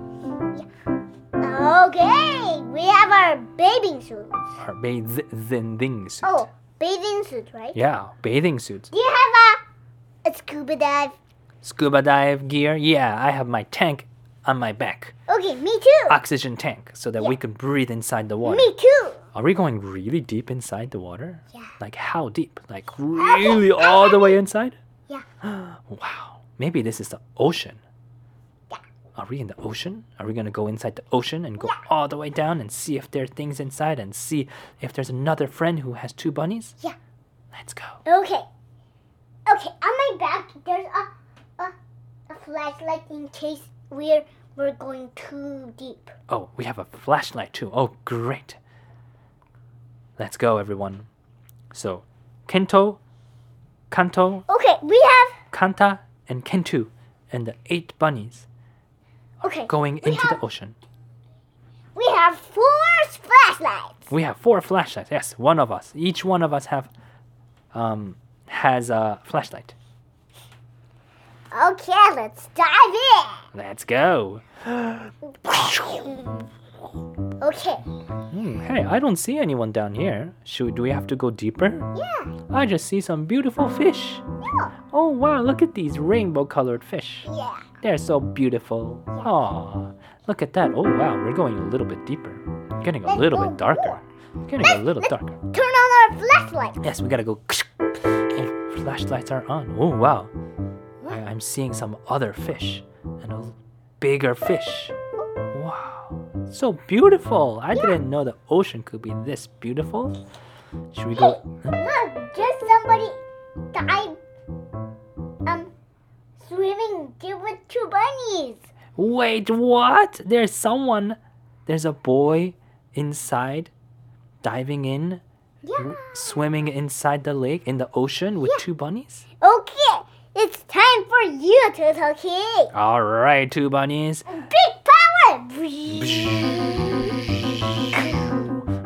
[SPEAKER 1] Okay, we have our bathing suits.
[SPEAKER 2] Our bathing suit.
[SPEAKER 1] Oh, bathing suit, right?
[SPEAKER 2] Yeah, bathing suit.
[SPEAKER 1] Do you have a, a scuba dive?
[SPEAKER 2] Scuba dive gear. Yeah, I have my tank on my back.
[SPEAKER 1] Okay, me too.
[SPEAKER 2] Oxygen tank, so that we can breathe inside the water.
[SPEAKER 1] me too.
[SPEAKER 2] Are we going really deep inside the water?
[SPEAKER 1] Yeah.
[SPEAKER 2] Like how deep? Like really all
[SPEAKER 1] (gasps)
[SPEAKER 2] the way inside?
[SPEAKER 1] Yeah.
[SPEAKER 2] (gasps) Wow. Maybe this is the ocean.
[SPEAKER 1] Yeah.
[SPEAKER 2] Are we in the ocean? Are we gonna go inside the ocean and go all the way down and see if there are things inside and see if there's another friend who has two bunnies?
[SPEAKER 1] Yeah.
[SPEAKER 2] Let's go.
[SPEAKER 1] Okay. Okay, on my back there's a a, a flashlight in case we're we're going too deep.
[SPEAKER 2] Oh, we have a flashlight too. Oh, great. Let's go, everyone. So, Kento, Kanto,
[SPEAKER 1] Okay, we have
[SPEAKER 2] Kanta, and Kentu, and the eight bunnies
[SPEAKER 1] okay.
[SPEAKER 2] going
[SPEAKER 1] we
[SPEAKER 2] into
[SPEAKER 1] have,
[SPEAKER 2] the ocean.
[SPEAKER 1] We have four flashlights.
[SPEAKER 2] We have four flashlights. Yes, one of us. Each one of us have, um, has a flashlight.
[SPEAKER 1] Okay, let's dive in. (gasps)
[SPEAKER 2] Let's go.
[SPEAKER 1] Okay.
[SPEAKER 2] Hmm, hey, I don't see anyone down here. Should do we have to go deeper?
[SPEAKER 1] Yeah.
[SPEAKER 2] I just see some beautiful fish.
[SPEAKER 1] Yeah.
[SPEAKER 2] Oh wow, look at these rainbow-colored fish.
[SPEAKER 1] Yeah.
[SPEAKER 2] They're so beautiful. Aw, look at that. Oh, wow, we're going a little bit deeper. Getting a
[SPEAKER 1] Let's
[SPEAKER 2] little
[SPEAKER 1] go
[SPEAKER 2] bit darker. Getting a little
[SPEAKER 1] let's-
[SPEAKER 2] darker.
[SPEAKER 1] Turn on our flashlight.
[SPEAKER 2] Yes, we gotta go. And flashlights are on. Oh, wow. I, I'm seeing some other fish and a bigger fish. Wow. So beautiful. I didn't know the ocean could be this beautiful. Should
[SPEAKER 1] (gasps)
[SPEAKER 2] we go?
[SPEAKER 1] Look, just somebody died. Um, swimming did with two bunnies.
[SPEAKER 2] Wait, what? There's someone. There's a boy inside diving in, Hmm?
[SPEAKER 1] Yeah.
[SPEAKER 2] swimming inside the lake in the ocean with two bunnies.
[SPEAKER 1] Okay, it's time for you to talk. Big
[SPEAKER 2] All right, two bunnies.
[SPEAKER 1] power.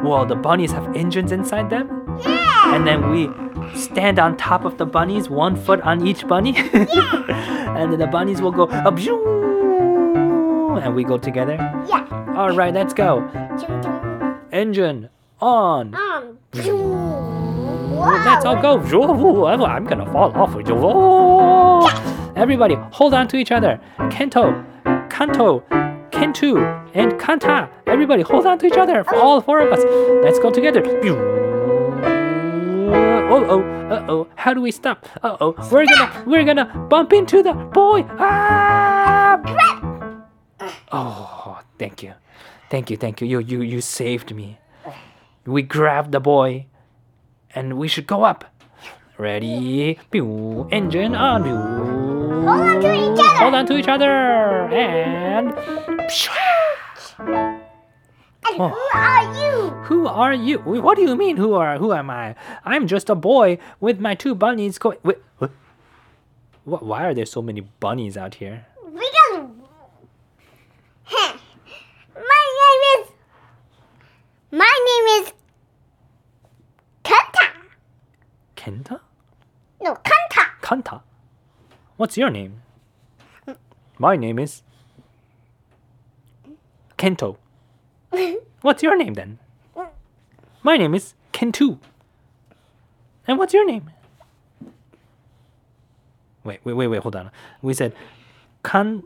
[SPEAKER 2] Whoa, the bunnies have engines inside them?
[SPEAKER 1] Yeah.
[SPEAKER 2] And then we stand on top of the bunnies, one foot on each bunny. (laughs) and then the bunnies will go up. And we go together.
[SPEAKER 1] Yeah.
[SPEAKER 2] All right, let's go.
[SPEAKER 1] Dum, dum.
[SPEAKER 2] Engine on.
[SPEAKER 1] Um. Whoa.
[SPEAKER 2] Let's all go. Whoa, I'm gonna fall off. Whoa. Everybody, hold on to each other. Kento, Kanto, Kentu, and Kanta. Everybody, hold on to each other. For all four of us. Let's go together. Oh oh, uh oh. How do we stop? Uh oh. We're gonna we're gonna bump into the boy. Ah! Oh, thank you, thank you, thank you. You you you saved me. We grabbed the boy and we should go up. Ready? Pew, engine on. Pew. Hold
[SPEAKER 1] on to each other.
[SPEAKER 2] Hold on to each other. And
[SPEAKER 1] And
[SPEAKER 2] Oh.
[SPEAKER 1] who are you?
[SPEAKER 2] who are you? Wh- What do you mean? Who are? Who am I? I'm just a boy with my two bunnies. Going. Wait, what? Wh- Why are there so many bunnies out here?
[SPEAKER 1] Because. Heh. My name is. My name is. Kanta.
[SPEAKER 2] Kenta?
[SPEAKER 1] No, Kanta.
[SPEAKER 2] Kanta. What's your name? My name is Kento. What's your name then? My name is Kentu. And what's your name? Wait, wait, wait, wait, hold on. We said Kan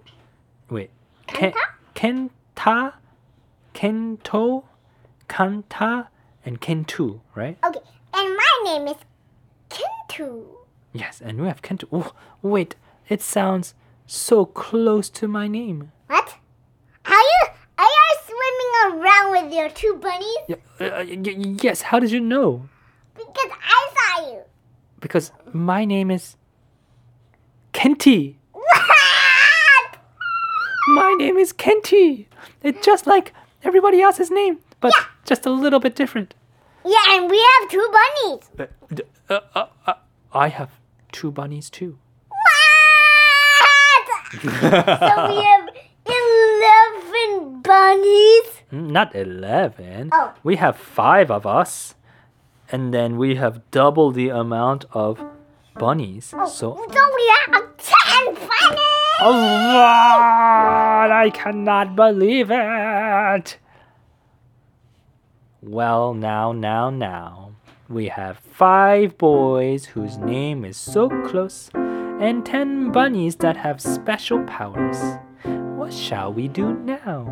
[SPEAKER 2] wait. Ken, Kenta Kento Kanta and Kentu, right?
[SPEAKER 1] (laughs) Okay, and my name is Kintu.
[SPEAKER 2] Yes, and we have Kento. Oh, wait, it sounds so close to my name.
[SPEAKER 1] What? Are you are you swimming around with your two bunnies?
[SPEAKER 2] Y- uh, y- y- yes, how did you know?
[SPEAKER 1] Because I saw you. (laughs)
[SPEAKER 2] Because my name is Kenty.
[SPEAKER 1] What?
[SPEAKER 2] My name is Kenty. It's just like everybody else's name, but just a little bit different.
[SPEAKER 1] Yeah, and we have two bunnies.
[SPEAKER 2] Uh, d- uh, uh, uh, I have two bunnies too.
[SPEAKER 1] What? so we have eleven bunnies.
[SPEAKER 2] Mm, Not 11.
[SPEAKER 1] Oh.
[SPEAKER 2] We have five of us. And then we have double the amount of bunnies. So.
[SPEAKER 1] So we have ten bunnies.
[SPEAKER 2] Oh, God, I cannot believe it. Well, now, now, now. We have five boys whose name is so close, and ten bunnies that have special powers. What shall we do now?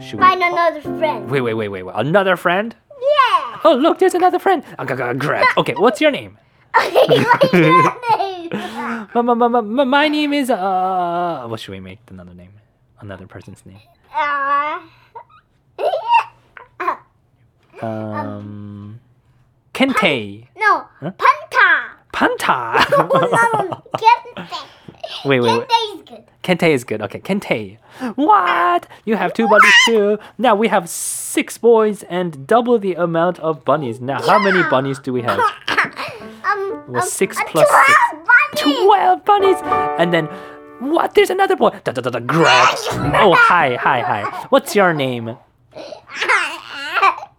[SPEAKER 2] Should we
[SPEAKER 1] Find another friend.
[SPEAKER 2] Wait, wait, wait, wait, wait. Another friend?
[SPEAKER 1] Yeah. (laughs)
[SPEAKER 2] Oh, look, there's another friend. Ah, g- g- Grab. Okay, what's your name?
[SPEAKER 1] Okay, what's your name?
[SPEAKER 2] My, my, my, my, my name is. Uh, what should we make another name? Another person's name.
[SPEAKER 1] (laughs) Uh, (laughs)
[SPEAKER 2] Um, Kente.
[SPEAKER 1] no, Panta.
[SPEAKER 2] Panta. (laughs)
[SPEAKER 1] Kente.
[SPEAKER 2] wait, wait, wait.
[SPEAKER 1] Kente is good.
[SPEAKER 2] Kente is good. Okay, Kente. What? You have two bunnies too. Now we have six boys and double the amount of bunnies. Now, how many bunnies do we have?
[SPEAKER 1] um, um,
[SPEAKER 2] Well, six
[SPEAKER 1] a
[SPEAKER 2] plus six.
[SPEAKER 1] 12 bunnies.
[SPEAKER 2] 12 bunnies and then what there's another boy da, da, da, da, grab oh hi hi hi what's your name
[SPEAKER 1] (laughs) Uh,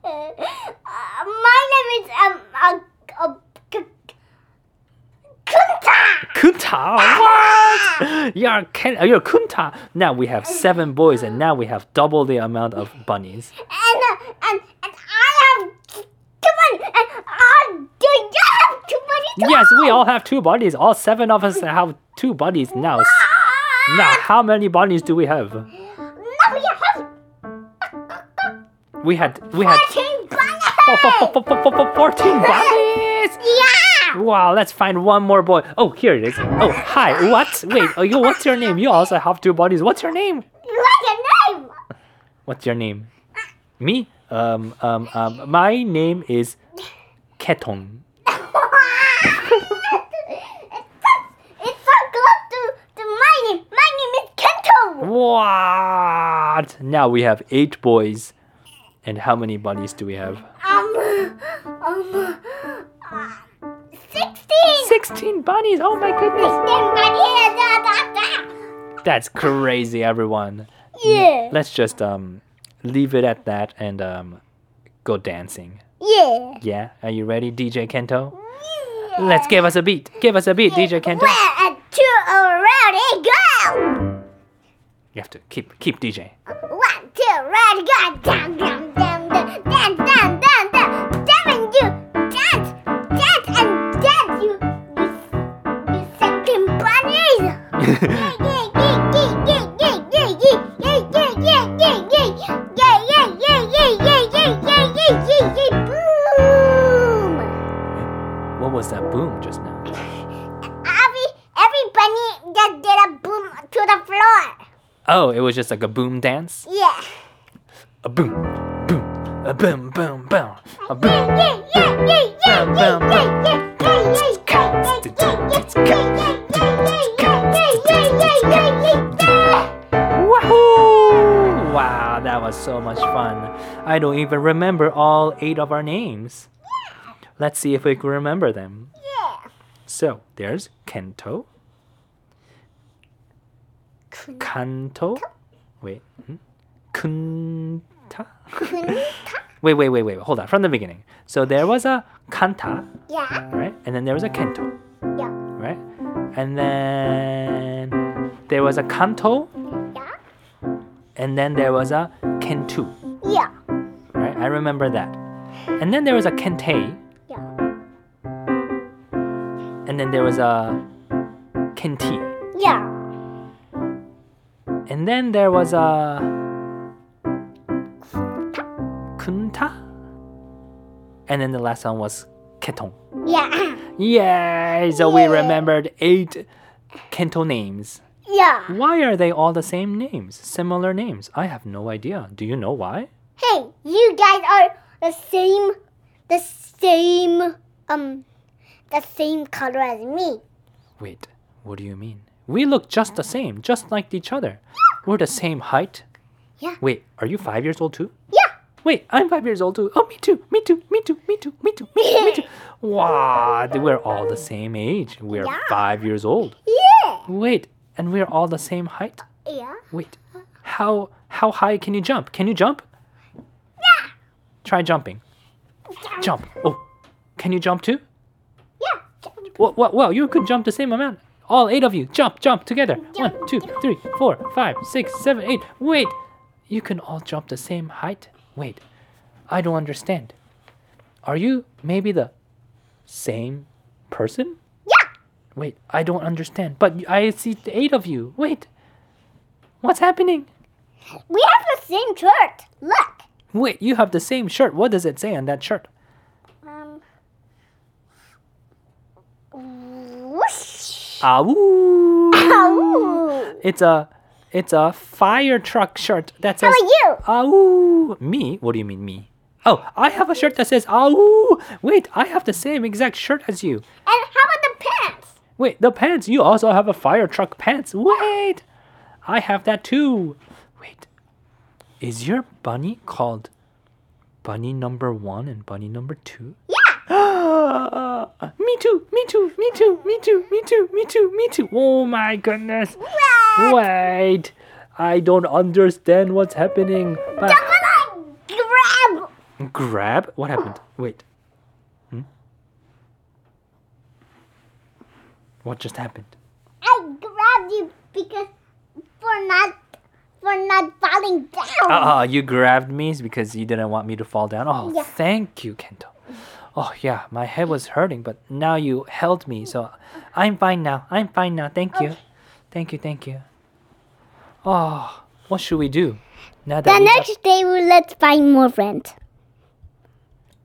[SPEAKER 1] my name is um a a k- Kunta.
[SPEAKER 2] kunta what you're, Ken- you're kunta now we have seven boys and now we have double the amount of bunnies
[SPEAKER 1] and uh, and and I have two bunnies and I do you have two bunnies? Ah!
[SPEAKER 2] yes we all have two bunnies all seven of us have two bunnies now S- Now, how many bunnies do we have?
[SPEAKER 1] Now we have
[SPEAKER 2] We had we had (laughs)
[SPEAKER 1] 14
[SPEAKER 2] four- four- four-
[SPEAKER 1] bunnies!
[SPEAKER 2] four- four- four- four- fourteen bunnies.
[SPEAKER 1] Yeah!
[SPEAKER 2] Wow, let's find one more boy. Oh, here it is. Oh, hi. What? Wait. Oh, you. What's your name? You also have two bunnies. What's your name?
[SPEAKER 1] What's your name? (laughs)
[SPEAKER 2] What's your name? Me? Um. Um. Um. My name is Ketong.
[SPEAKER 1] it's so close to, to my name. My name is Kento.
[SPEAKER 2] What? Now we have eight boys. And how many bunnies do we have?
[SPEAKER 1] Um, um, uh, 16.
[SPEAKER 2] 16 bunnies. Oh my goodness.
[SPEAKER 1] Then my hair, da, da, da.
[SPEAKER 2] That's crazy, everyone.
[SPEAKER 1] Yeah.
[SPEAKER 2] Let's just um leave it at that and um go dancing.
[SPEAKER 1] Yeah.
[SPEAKER 2] Yeah? Are you ready, DJ Kento? Let's give us a beat. Give us a beat, DJ Kento.
[SPEAKER 1] Well, a two around and go.
[SPEAKER 2] You have to keep keep DJ.
[SPEAKER 1] One, two, right, go. Down, down, down, down, down, down, down, down. Down and you dance, dance and dance. You, you, you second bunnies. Boom!
[SPEAKER 2] what was that boom just now?
[SPEAKER 1] Every every bunny just did a boom to the floor.
[SPEAKER 2] Oh, it was just like a boom dance.
[SPEAKER 1] Yeah.
[SPEAKER 2] A boom, boom, a boom, boom, boom, a boom.
[SPEAKER 1] Yeah yeah yeah yeah yeah yeah yeah yeah
[SPEAKER 2] Wahoo! Wow, that was so much fun. I don't even remember all eight of our names. Let's see if we can remember them.
[SPEAKER 1] yeah
[SPEAKER 2] So there's Kento. Kanto. Wait. hmm? Kunta? wait, wait, wait, wait. Hold on. From the beginning. So there was a Kanta,
[SPEAKER 1] yeah
[SPEAKER 2] right? And then there was a Kento,
[SPEAKER 1] yeah.
[SPEAKER 2] right? And then there was a Kanto,
[SPEAKER 1] Yeah.
[SPEAKER 2] and then there was a Kentu,
[SPEAKER 1] Yeah.
[SPEAKER 2] right? I remember that. And then there was a Kentei,
[SPEAKER 1] Yeah.
[SPEAKER 2] and then there was a Kenti.
[SPEAKER 1] Yeah.
[SPEAKER 2] And then there was a Kunta. And then the last one was Ketong.
[SPEAKER 1] Yeah.
[SPEAKER 2] Yay! So we
[SPEAKER 1] Yay.
[SPEAKER 2] remembered eight Kento names.
[SPEAKER 1] Yeah.
[SPEAKER 2] Why are they all the same names? Similar names? I have no idea. Do you know why?
[SPEAKER 1] Hey, you guys are the same, the same, um, the same color as me.
[SPEAKER 2] Wait, what do you mean? We look just the same, just like each other. We're the same height.
[SPEAKER 1] Yeah.
[SPEAKER 2] Wait, are you five years old too?
[SPEAKER 1] Yeah.
[SPEAKER 2] Wait, I'm five years old too. Oh, me too. Me too. Me too. Me too. Me too. Me too. Me too. Wow, we're all the same age. We're
[SPEAKER 1] Yeah.
[SPEAKER 2] five years old.
[SPEAKER 1] Yeah.
[SPEAKER 2] Wait, and we're all the same height.
[SPEAKER 1] Yeah.
[SPEAKER 2] Wait, how how high can you jump? Can you jump? Yeah. Try jumping. Jump. Oh, can you jump too?
[SPEAKER 1] Yeah.
[SPEAKER 2] Whoa, whoa, whoa! You could jump the same amount. All eight of you, jump, jump together. One, two, three, four, five, six, seven, eight. Wait, you can all jump the same height. Wait, I don't understand. Are you maybe the same person?
[SPEAKER 1] Yeah.
[SPEAKER 2] Wait, I don't understand. But I see the eight of you. Wait, what's happening?
[SPEAKER 1] We have the same shirt. Look.
[SPEAKER 2] Wait, you have the same shirt. What does it say on that shirt?
[SPEAKER 1] Um. Whoosh.
[SPEAKER 2] Ah,
[SPEAKER 1] Ow.
[SPEAKER 2] It's a, it's a fire truck shirt that
[SPEAKER 1] How
[SPEAKER 2] says.
[SPEAKER 1] are you?
[SPEAKER 2] Ow! Me? What do you mean me? Oh, I have a shirt that says ow! Wait, I have the same exact shirt as you.
[SPEAKER 1] And how about the pants?
[SPEAKER 2] Wait, the pants, you also have a fire truck pants. Wait! I have that too. Wait, is your bunny called bunny number one and bunny number two? (gasps)
[SPEAKER 1] Yeah.
[SPEAKER 2] me too, me too, me too, me too, me too, me too, me too. Oh my goodness.
[SPEAKER 1] Well,
[SPEAKER 2] Wait, I don't understand what's happening.
[SPEAKER 1] but
[SPEAKER 2] But
[SPEAKER 1] I grab.
[SPEAKER 2] Grab? What happened? Wait. Hmm? What just happened?
[SPEAKER 1] I grabbed you because for not for not falling down.
[SPEAKER 2] Ah, you grabbed me because you didn't want me to fall down. Oh,
[SPEAKER 1] Yeah.
[SPEAKER 2] thank you, Kento. Oh, yeah, my head was hurting, but now you held me, so I'm fine now. I'm fine now. Thank you. Thank you, thank you. Oh, what should we do? Now
[SPEAKER 1] The
[SPEAKER 2] that we have-
[SPEAKER 1] next day, we let's find more friends.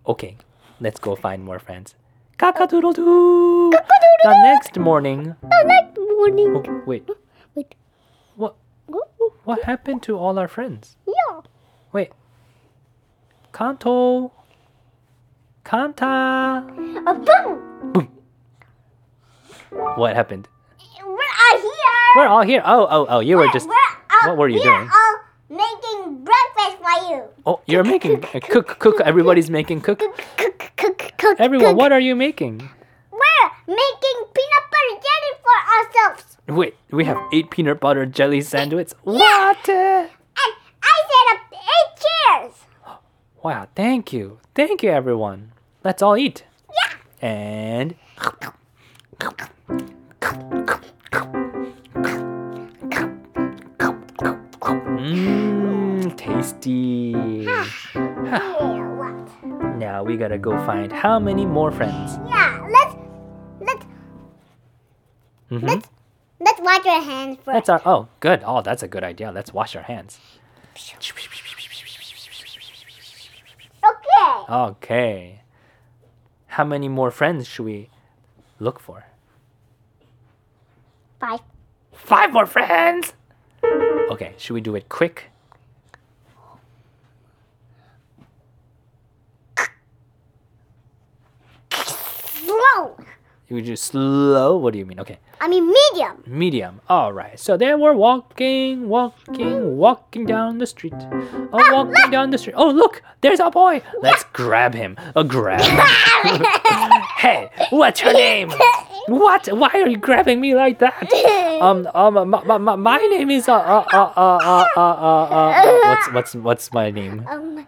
[SPEAKER 2] Okay, let's go find more friends. Cock-a-doodle-doo! The next morning.
[SPEAKER 1] The next morning.
[SPEAKER 2] Oh, wait.
[SPEAKER 1] Wait.
[SPEAKER 2] What
[SPEAKER 1] Oh,
[SPEAKER 2] what happened to all our friends?
[SPEAKER 1] yeah.
[SPEAKER 2] Wait. Kanto. Kanta.
[SPEAKER 1] A Uh, boom.
[SPEAKER 2] What happened?
[SPEAKER 1] We're out here.
[SPEAKER 2] We're all here. Oh, oh, oh, you were just
[SPEAKER 1] out
[SPEAKER 2] what were you
[SPEAKER 1] here
[SPEAKER 2] doing?
[SPEAKER 1] all making breakfast for you.
[SPEAKER 2] Oh, you're making a cook cook everybody's making cook.
[SPEAKER 1] Cook, cook, cook, cook.
[SPEAKER 2] Everyone,
[SPEAKER 1] cook.
[SPEAKER 2] what are you making?
[SPEAKER 1] We're making peanut butter jelly for ourselves.
[SPEAKER 2] Wait, we have eight peanut butter jelly sandwiches. What?
[SPEAKER 1] And I said a eight cheers.
[SPEAKER 2] Wow, thank you. Thank you, everyone. Let's all eat.
[SPEAKER 1] Yeah.
[SPEAKER 2] And. Mmm, tasty.
[SPEAKER 1] yeah. What?
[SPEAKER 2] Now we gotta go find how many more friends.
[SPEAKER 1] Yeah. Let's let's
[SPEAKER 2] Mhm.
[SPEAKER 1] let's wash our hands first.
[SPEAKER 2] That's our. Oh, good. Oh, that's a good idea. Let's wash our hands.
[SPEAKER 1] Okay.
[SPEAKER 2] Okay. How many more friends should we look for?
[SPEAKER 1] Bye.
[SPEAKER 2] Five more friends! Okay, should we do it quick?
[SPEAKER 1] Slow.
[SPEAKER 2] You would do slow? What do you mean? Okay,
[SPEAKER 1] I mean
[SPEAKER 2] (laughs)
[SPEAKER 1] medium. (laughs) Um,
[SPEAKER 2] medium. All right. So they were walking, walking, walking down the street. Oh, walking down the street. Oh, look, there's a boy. Let's grab him. A grab. hey, what's your name? What? Why are you grabbing me like that?
[SPEAKER 1] (laughs)
[SPEAKER 2] Um, um, uh, my, my- my, my name is uh, uh, uh, uh, uh, uh, uh, uh, uh, what's what's what's my name?
[SPEAKER 1] um.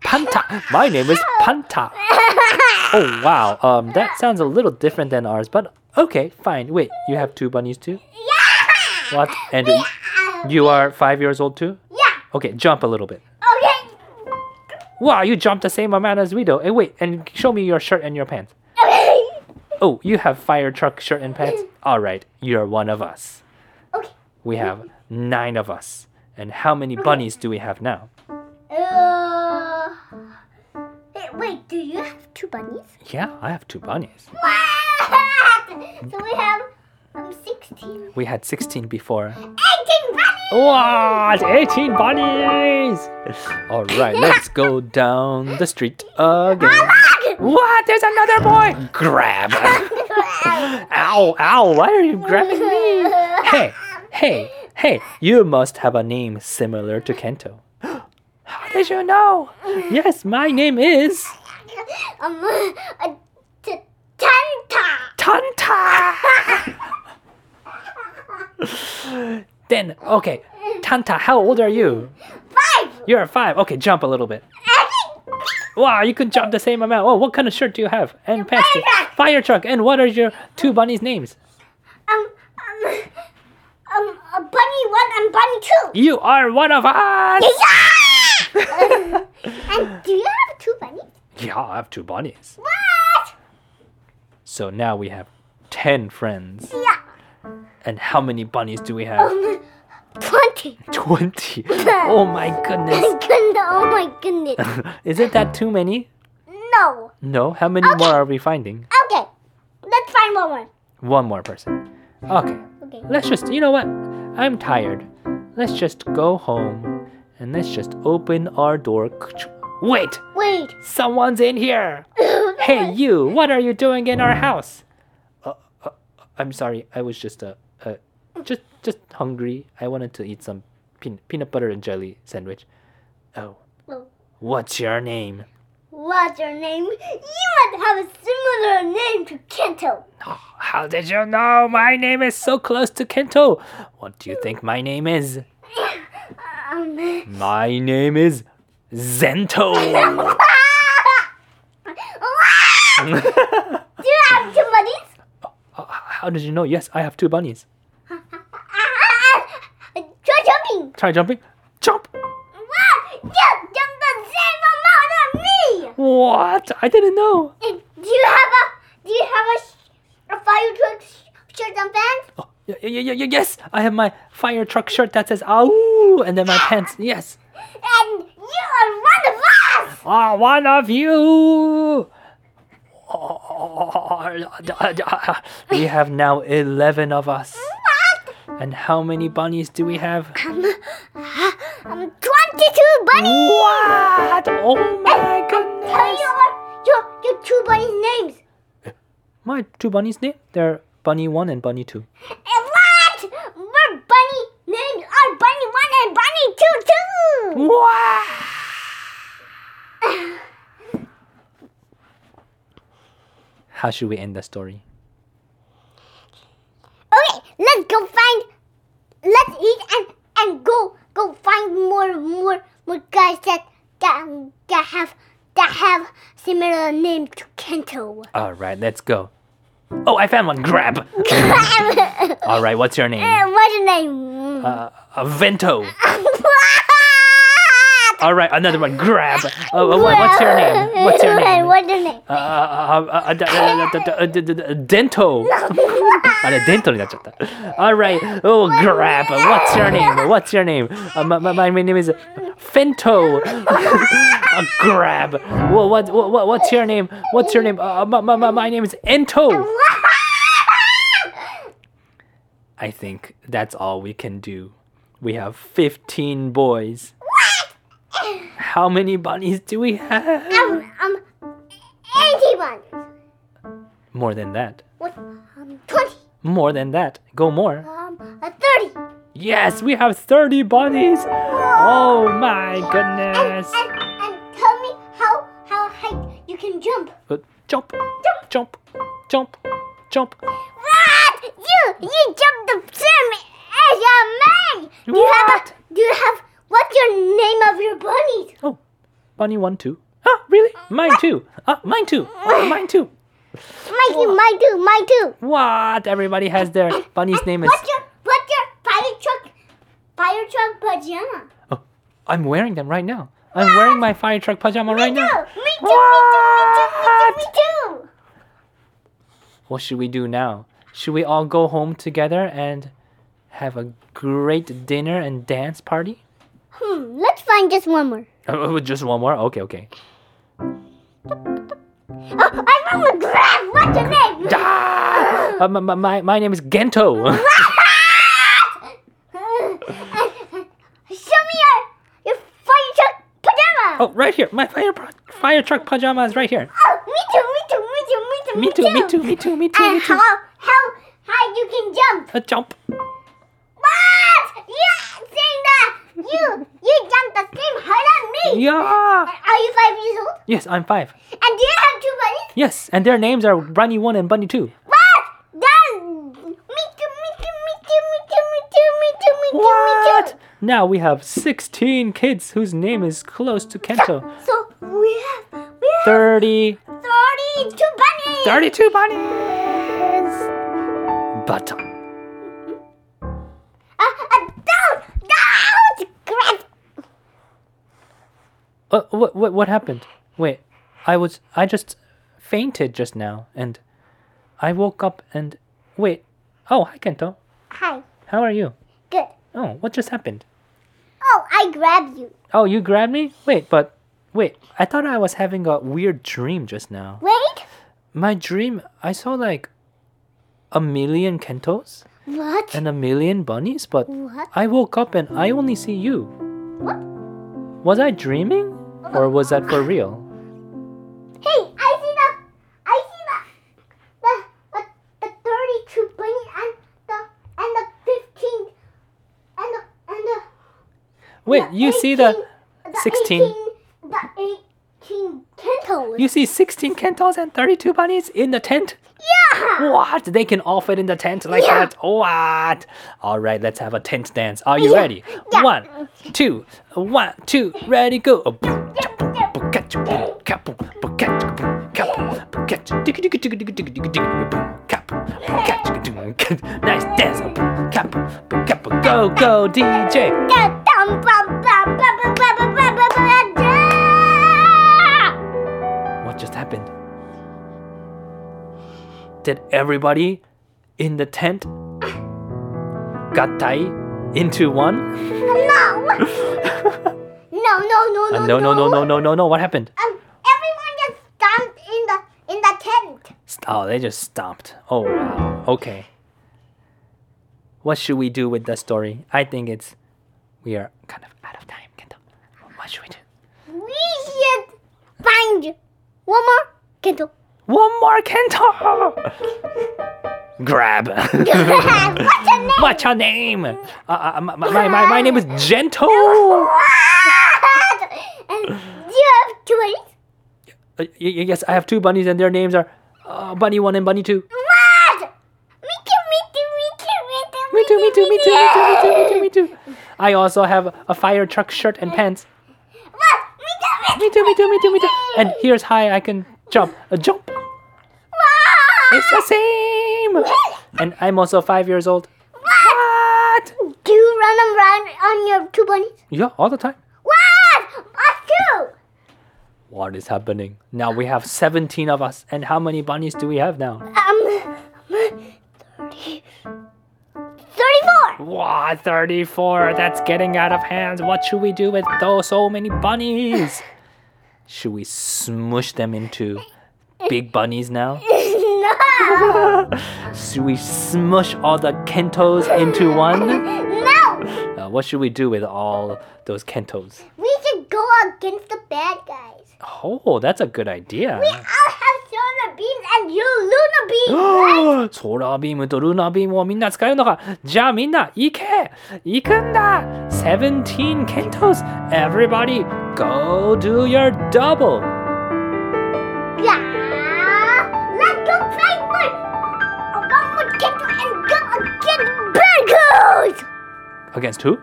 [SPEAKER 2] Panta. My name is Panta. Oh wow. Um, that sounds a little different than ours, but okay, fine. Wait, you have two bunnies too?
[SPEAKER 1] Yeah.
[SPEAKER 2] What? And
[SPEAKER 1] Uh,
[SPEAKER 2] you are five years old too?
[SPEAKER 1] yeah.
[SPEAKER 2] Okay, jump a little bit.
[SPEAKER 1] Okay.
[SPEAKER 2] Wow, you jumped the same amount as we do. Hey, wait, and show me your shirt and your pants.
[SPEAKER 1] Okay.
[SPEAKER 2] Oh, you have fire truck shirt and pants. All right, you're one of us.
[SPEAKER 1] Okay.
[SPEAKER 2] We have nine of us. And how many bunnies do we have now?
[SPEAKER 1] Uh, hey, wait, do you have two bunnies?
[SPEAKER 2] Yeah, I have two bunnies.
[SPEAKER 1] What? So we have um 16.
[SPEAKER 2] We had 16 before.
[SPEAKER 1] 18 bunnies! (laughs)
[SPEAKER 2] What? 18 bunnies! All right, let's go down the street again. What? There's another boy! Grab! (laughs) ow, ow, why are you grabbing me? Hey, hey, hey, you must have a name similar to Kento. How did you know? Yes, my name is
[SPEAKER 1] um, a t- tanta.
[SPEAKER 2] (laughs) Tanta! then, okay, Tanta, how old are you?
[SPEAKER 1] Five!
[SPEAKER 2] You're five. Okay, jump a little bit. Wow, you could jump the same amount. Oh, what kind of shirt do you have? And pants?
[SPEAKER 1] fire truck.
[SPEAKER 2] Fire truck. And what are your two bunnies' names?
[SPEAKER 1] um, um, um, a bunny one and bunny two.
[SPEAKER 2] You are one of us.
[SPEAKER 1] Um, (laughs) and do you have two bunnies?
[SPEAKER 2] Yeah, I have two bunnies.
[SPEAKER 1] What?
[SPEAKER 2] So now we have ten friends.
[SPEAKER 1] Yeah.
[SPEAKER 2] And how many bunnies do we have?
[SPEAKER 1] Um, 20.
[SPEAKER 2] Twenty. Oh my
[SPEAKER 1] (laughs)
[SPEAKER 2] goodness.
[SPEAKER 1] Goodness, oh my goodness.
[SPEAKER 2] Isn't that too many?
[SPEAKER 1] No.
[SPEAKER 2] No. How many more are we finding?
[SPEAKER 1] Okay. Let's find one more.
[SPEAKER 2] One more person. Okay.
[SPEAKER 1] Okay.
[SPEAKER 2] Let's just, you know what? I'm tired. Let's just go home and let's just open our door. Wait!
[SPEAKER 1] Wait. (laughs)
[SPEAKER 2] Someone's in here! Hey, you! What are you doing in our house? Uh, uh, I'm sorry. I was just uh, uh, just just hungry. I wanted to eat some peanut peanut butter and jelly sandwich. Oh, what's your name?
[SPEAKER 1] What's your name? You must have a similar name to Kento. (laughs)
[SPEAKER 2] Oh, how did you know? My name is so close to Kento. What do you think my name is?
[SPEAKER 1] Um. (laughs)
[SPEAKER 2] My name is (laughs) Zento. Uh,
[SPEAKER 1] Do you have two (laughs) bunnies?
[SPEAKER 2] How did you know? Yes, I have two bunnies.
[SPEAKER 1] Try jumping.
[SPEAKER 2] Try jumping. Jump!
[SPEAKER 1] Wow, you jump the same amount as me.
[SPEAKER 2] What? I didn't know.
[SPEAKER 1] And do you have a do you have a, sh- a fire truck sh- shirt and pants?
[SPEAKER 2] Oh, Y- y- y- y- yes, I have my fire truck shirt that says "Ow!" and then my pants. Yes,
[SPEAKER 1] And you are one of us!
[SPEAKER 2] ah, one of you. We have now eleven of us. And how many bunnies do we have?
[SPEAKER 1] (laughs) I'm 22 bunnies!
[SPEAKER 2] What? Oh my
[SPEAKER 1] Tell
[SPEAKER 2] goodness!
[SPEAKER 1] your, your, your two bunnies' names.
[SPEAKER 2] My two bunnies name? They're Bunny One and Bunny Two.
[SPEAKER 1] And what? We're bunny names are Bunny 1 and Bunny 2 too!
[SPEAKER 2] Wow! How should we end the story?
[SPEAKER 1] Okay, let's go find, let's eat and, and go, go find more, more, more guys that, that, that have, that have similar name to Kento. (laughs)
[SPEAKER 2] All right, let's go. Oh, I found one. Grab. All right, what's your name?
[SPEAKER 1] What's your name? (laughs)
[SPEAKER 2] Uh, uh, Vento.
[SPEAKER 1] what?
[SPEAKER 2] All right, another one. Grab. Uh, uh, what- uh, what's your name? What's your
[SPEAKER 1] (laughs)
[SPEAKER 2] name?
[SPEAKER 1] What's your name?
[SPEAKER 2] Uh, uh, uh, uh, d- uh, d- d- uh, d- d- d- Dento. (laughs) 아, 네, dental になっちゃった. All right. Oh, grab. What's your name? What's your name? Uh, my, my, my name is Fento. (laughs) uh, grab. Wha what, wha what, what's your name? What's your name? Uh, my, my, my- my name is Ento. I think that's all we can do. We have 15 boys. How many bunnies do we have?
[SPEAKER 1] Um, um, 81.
[SPEAKER 2] More than that.
[SPEAKER 1] What? Um, 20.
[SPEAKER 2] More than that. Go more.
[SPEAKER 1] Um, uh, 30.
[SPEAKER 2] Yes, we have 30 bunnies. Oh my goodness.
[SPEAKER 1] And, and tell me how, how high you can jump.
[SPEAKER 2] Uh, jump, jump, jump, jump.
[SPEAKER 1] What? You, you jumped the same as your man. Do you have,
[SPEAKER 2] What?
[SPEAKER 1] a, do you have, what's your name of your bunnies?
[SPEAKER 2] Oh, bunny one, two. Ah, really? Mine too. Ah, mine too. Ah, mine too.
[SPEAKER 1] Mine too, mine too, mine too.
[SPEAKER 2] What? Everybody has their bunny's name is.
[SPEAKER 1] What's your, what's your fire truck, fire truck pajama?
[SPEAKER 2] Oh, I'm wearing them right now. I'm wearing my fire truck pajama right
[SPEAKER 1] Me too,
[SPEAKER 2] now.
[SPEAKER 1] me too, me too, me too, me too, me too.
[SPEAKER 2] What should we do now? Should we all go home together and have a great dinner and dance party?
[SPEAKER 1] Hmm, let's find just one more.
[SPEAKER 2] (laughs) Oh, just one more? Okay, okay.
[SPEAKER 1] Oh, I found a grab. What's your name?
[SPEAKER 2] (laughs) Ah! Uh, my, my- my, my name is Gento.
[SPEAKER 1] (laughs) Show me your your fire truck pajama.
[SPEAKER 2] (laughs) Oh, right here. My fire, pro- fire truck pajama is right here.
[SPEAKER 1] Oh, me too, me too, me too, me too,
[SPEAKER 2] Me too, Uh, me too, me too, me too, me
[SPEAKER 1] And
[SPEAKER 2] too.
[SPEAKER 1] how how high you can jump?
[SPEAKER 2] A jump.
[SPEAKER 1] What? You saying that you you jump the same height as me?
[SPEAKER 2] Yeah.
[SPEAKER 1] Are you five years old?
[SPEAKER 2] Yes, I'm five.
[SPEAKER 1] And do you have two buddies?
[SPEAKER 2] Yes, and their names are Bunny 1 and Bunny 2.
[SPEAKER 1] What? That me too, me too, me too, me too, me too, me too, me too, me too.
[SPEAKER 2] Now we have 16 kids whose name is close to Kento.
[SPEAKER 1] So we have we have
[SPEAKER 2] 30,
[SPEAKER 1] thirty two bunnies.
[SPEAKER 2] 32 bunnies. But
[SPEAKER 1] Uh, uh, don't, don't, grab.
[SPEAKER 2] uh, what, what, what happened? Wait, I was, I just fainted just now and I woke up and, wait, oh, hi Kento.
[SPEAKER 1] Hi,
[SPEAKER 2] How are you?
[SPEAKER 1] good.
[SPEAKER 2] Oh, what just happened?
[SPEAKER 1] Oh, I grabbed you.
[SPEAKER 2] Oh, you grabbed me? Wait, but wait, I thought I was having a weird dream just now.
[SPEAKER 1] Wait,
[SPEAKER 2] My dream, I saw like a million kentos
[SPEAKER 1] what?
[SPEAKER 2] and a million bunnies, but
[SPEAKER 1] What?
[SPEAKER 2] I woke up and I only see you.
[SPEAKER 1] What?
[SPEAKER 2] Was I dreaming? Or was that for real?
[SPEAKER 1] Hey, I see the, I see the, the, the, the thirty-two bunny and the and the fifteen and the and the.
[SPEAKER 2] Wait,
[SPEAKER 1] the
[SPEAKER 2] you see the
[SPEAKER 1] 18
[SPEAKER 2] 16.
[SPEAKER 1] 18 The eighteen kentos.
[SPEAKER 2] you see 16 kentos and 32 bunnies in the tent?
[SPEAKER 1] yeah.
[SPEAKER 2] What? They can all fit in the tent like
[SPEAKER 1] Yeah.
[SPEAKER 2] that? What? All right, let's have a tent dance. Are you
[SPEAKER 1] Yeah.
[SPEAKER 2] ready?
[SPEAKER 1] Yeah.
[SPEAKER 2] One, two, one, two, ready, go. Oh, boom, cha, boom,
[SPEAKER 1] Yeah.
[SPEAKER 2] boom, catch, boom, ca, boom, boom, catch, boom, ca, boom, boom, catch, digga, digga, digga, digga, digga, digga, digga, boom, ca, boom, boom, catch, digga, digga, digga. Nice dance. Oh, boom, ca, boom, boom, ca, boom. Go, go, DJ.
[SPEAKER 1] Da, dum, bum, bum, bum, bum, bum, bum, bum, bum, bum, da.
[SPEAKER 2] What just happened? Did everybody in the tent (coughs) Gattai into one?
[SPEAKER 1] No. no, no, no, Oh, no,
[SPEAKER 2] Uh,
[SPEAKER 1] (laughs)
[SPEAKER 2] no, no, no, no, no, no, no. What happened?
[SPEAKER 1] Um, everyone just dumped in the in the tent.
[SPEAKER 2] St- Oh, they just stomped. Oh, wow. Okay. What should we do with the story? I think it's. We are kind of out of time, Kento. What should we do?
[SPEAKER 1] We should find one more Kento.
[SPEAKER 2] One more, Kento! (laughs) Grab.
[SPEAKER 1] (laughs)
[SPEAKER 2] (laughs)
[SPEAKER 1] What's your name?
[SPEAKER 2] What's your name? Uh, uh, my, my, my, my name is Gentle.
[SPEAKER 1] And Do you have twins?
[SPEAKER 2] Uh, y- y- yes, I have two bunnies, and their names are uh, Bunny One and Bunny Two.
[SPEAKER 1] What? Me too, me too, me too, me too,
[SPEAKER 2] Me too, me too, me too, me too, me too, me too, me too. I also have a fire truck shirt and pants.
[SPEAKER 1] What? Me too, me too.
[SPEAKER 2] Me too, me too, me too, me too. And here's high. I can jump. A jump.
[SPEAKER 1] What?
[SPEAKER 2] It's the same. And I'm also five years old. What?
[SPEAKER 1] Do you run around on your two bunnies?
[SPEAKER 2] Yeah, all the time.
[SPEAKER 1] What? Us too.
[SPEAKER 2] What is happening? Now we have 17 of us. And how many bunnies do we have now?
[SPEAKER 1] Um, 30, 34.
[SPEAKER 2] Wow, 34. That's getting out of hand. What should we do with those so many bunnies? Should we smush them into big bunnies now?
[SPEAKER 1] (laughs) no.
[SPEAKER 2] Should we smush all the kentos into one?
[SPEAKER 1] No.
[SPEAKER 2] Uh, what should we do with all those kentos?
[SPEAKER 1] We should go against the bad guys.
[SPEAKER 2] Oh, that's a good idea. (gasps)
[SPEAKER 1] I'll have solar beams and you lunar (laughs)
[SPEAKER 2] (gasps)
[SPEAKER 1] beams.
[SPEAKER 2] ソーラービームとルーナービームをみんな使えるのかじゃあみんな行け行くんだ !17 kentos! Everybody, go do your double!
[SPEAKER 1] yeah. Let's go fight one. One more kettle and go against the bad guys.
[SPEAKER 2] Against who?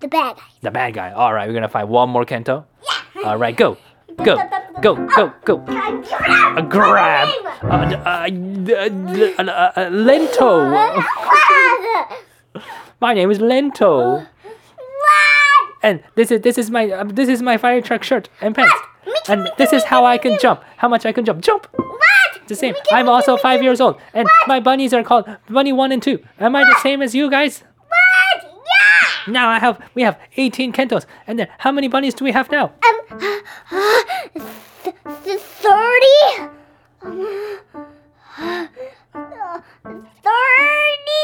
[SPEAKER 1] The bad guys.
[SPEAKER 2] The bad guy. Alright, we're gonna find one more kento. Alright, go! Go! Go! Go! Go! A grab! A, a, a, a, a, a lento! My name is Lento! And this is this is my um, this is my fire truck shirt and pants. And this is how I can jump. How much I can jump? Jump. It's the same. I'm also five years old, and my bunnies are called Bunny One and Two. Am I the same as you guys? Now I have we have 18 kentos, and then how many bunnies do we have now?
[SPEAKER 1] Thirty.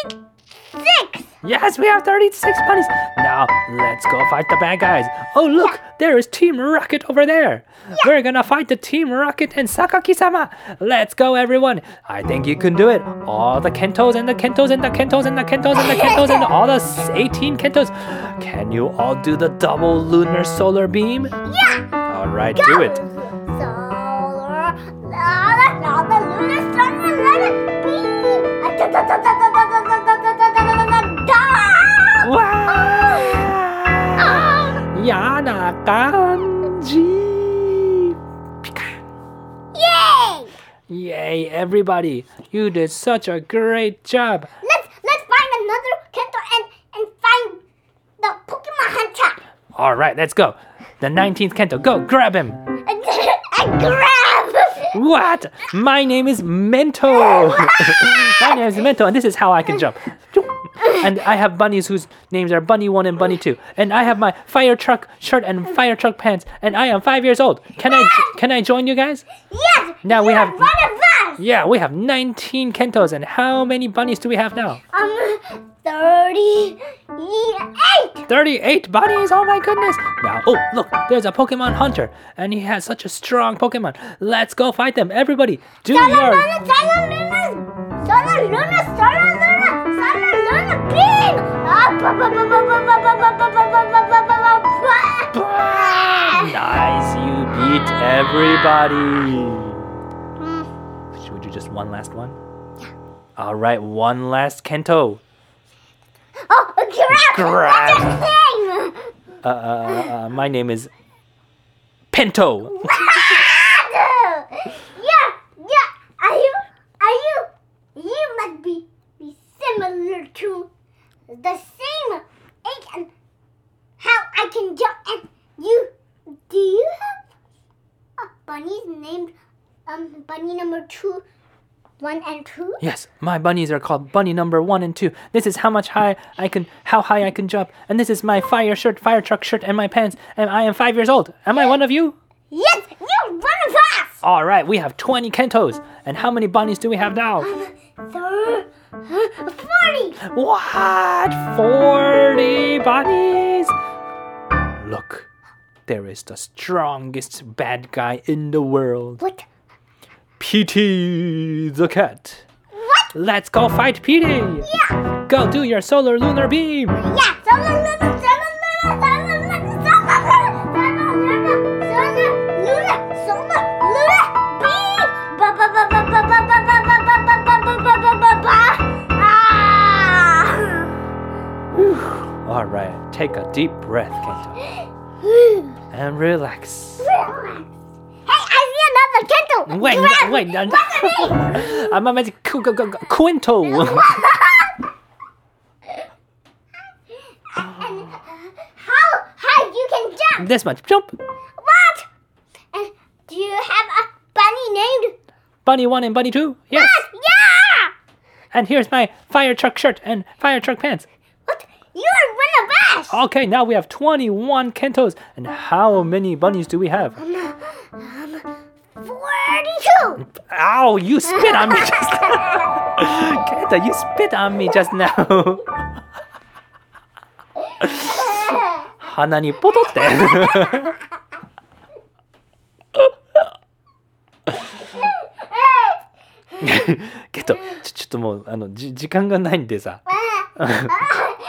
[SPEAKER 1] Thirty-six.
[SPEAKER 2] Yes, we have 36 bunnies. Now let's go fight the bad guys. Oh look, there is Team Rocket over there. We're gonna fight the Team Rocket and Sakaki-sama. Let's go, everyone. I think you can do it. All the kentos and the kentos and the kentos and the kentos and the kentos and all the s- 18 kentos. Can you all do the double lunar solar beam?
[SPEAKER 1] Yeah.
[SPEAKER 2] All right, do it.
[SPEAKER 1] Solar, lava, lava, lunar, sun, lava, bee. Ah.
[SPEAKER 2] Wow! Yana Kanji. Pika.
[SPEAKER 1] Yay!
[SPEAKER 2] Yay, everybody! You did such a great job!
[SPEAKER 1] Let's let's find another Kento and and find the Pokemon Hunter.
[SPEAKER 2] Alright, let's go! The 19th Kento, go grab him!
[SPEAKER 1] And, and grab.
[SPEAKER 2] What? My name is Mento! My name is Mento, and this is how I can jump. And I have bunnies whose names are Bunny 1 and Bunny 2. And I have my fire truck shirt and fire truck pants, and I am five years old. Can I can I join you guys?
[SPEAKER 1] Yes.
[SPEAKER 2] Now we
[SPEAKER 1] you are
[SPEAKER 2] have-
[SPEAKER 1] one of us.
[SPEAKER 2] Yeah, we have 19 Kentos, and how many bunnies do we have now?
[SPEAKER 1] Um, thirty-eight.
[SPEAKER 2] 38 bunnies! Oh my goodness! Now, oh, look, there's a Pokemon hunter, and he has such a strong Pokemon. Let's go fight them, everybody! Do
[SPEAKER 1] Solar,
[SPEAKER 2] your.
[SPEAKER 1] Luna, Solar, Luna, Solar, Luna, Solar, Luna, Solar, Luna, Beam! Ah, ba, ba, ba, ba, ba, ba, ba, ba, ba, ba, ba, ba, ba, ba, ba, ba.
[SPEAKER 2] Nice, you beat everybody! Should we do just one last one? Alright, one last Kento.
[SPEAKER 1] Oh, a giraffe!
[SPEAKER 2] Giraffe.
[SPEAKER 1] What's your name?
[SPEAKER 2] Uh, uh, uh, my name is. Pinto!
[SPEAKER 1] Ah, (laughs) yeah, yeah. Are you? Are you? You must be, be similar to the same age and how I can jump. And you? Do you have a bunny named um bunny number two one and two?
[SPEAKER 2] Yes, my bunnies are called bunny number one and two. This is how much high I can, how high I can jump, and this is my fire shirt, fire truck shirt, and my pants. And I am five years old. Am I one of you?
[SPEAKER 1] Yes, you're one of us!
[SPEAKER 2] All right, we have twenty kentos. And how many bunnies do we have now?
[SPEAKER 1] Sir, Um, forty!
[SPEAKER 2] What? Forty bunnies? Look, there is the strongest bad guy in the world,
[SPEAKER 1] What?
[SPEAKER 2] PT the cat.
[SPEAKER 1] What?
[SPEAKER 2] Let's go fight PT.
[SPEAKER 1] Yeah!
[SPEAKER 2] Go do your solar lunar beam.
[SPEAKER 1] Yeah! Solar Luna, Solar Luna, Solar Luna, Solar Luna, Solar Luna, Solar Luna, Beep! Ba ba ba ba ba ba ba ba ba ba ba ba ba ba ba ba ba Ah!
[SPEAKER 2] All right, take a deep breath, Kento, and relax.
[SPEAKER 1] Hey, I see another candle!
[SPEAKER 2] Wait,
[SPEAKER 1] Grab-
[SPEAKER 2] wait, no, no.
[SPEAKER 1] grab it.
[SPEAKER 2] I'm a magic qu- qu- qu- Quinto.
[SPEAKER 1] (laughs) And uh, how high you can jump?
[SPEAKER 2] this much. Jump.
[SPEAKER 1] What? And do you have a bunny named?
[SPEAKER 2] Bunny one and bunny two. Yes.
[SPEAKER 1] Yeah!
[SPEAKER 2] And here's my fire truck shirt and fire truck pants.
[SPEAKER 1] What? You are one of us.
[SPEAKER 2] Okay, now we have 21 kentos. And how many bunnies do we have?
[SPEAKER 1] Forty-two.
[SPEAKER 2] (laughs) Ow, you spit on me just now. Kento, you spit on me just now. 鼻にポトって。けどちょちょっともうあのじ時間がないんでさ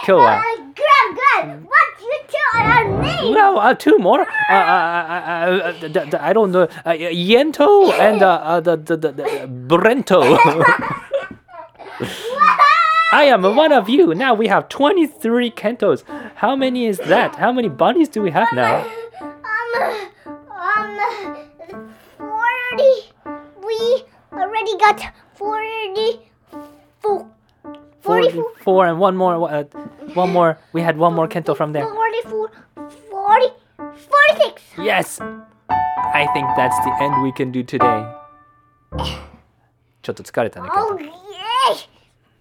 [SPEAKER 2] 今
[SPEAKER 1] Uh,
[SPEAKER 2] 日は
[SPEAKER 1] grab, grab. What you two are named?
[SPEAKER 2] No, uh, two more. Uh, uh, uh, uh, the, the, I don't know. Uh, Yento and uh, uh, the, the, the, the Brento. (laughs) I am one of you. Now we have 23 kentos. How many is that? How many bunnies do we have now?
[SPEAKER 1] Um, um, forty. We already got forty-four. Forty-four.
[SPEAKER 2] 44 and one more. Uh, one more. We had one more kento from there.
[SPEAKER 1] 44, 40, 46.
[SPEAKER 2] Yes! I think that's the end we can do today. (sighs) ちょっと疲れたね、ケント
[SPEAKER 1] Oh, yay!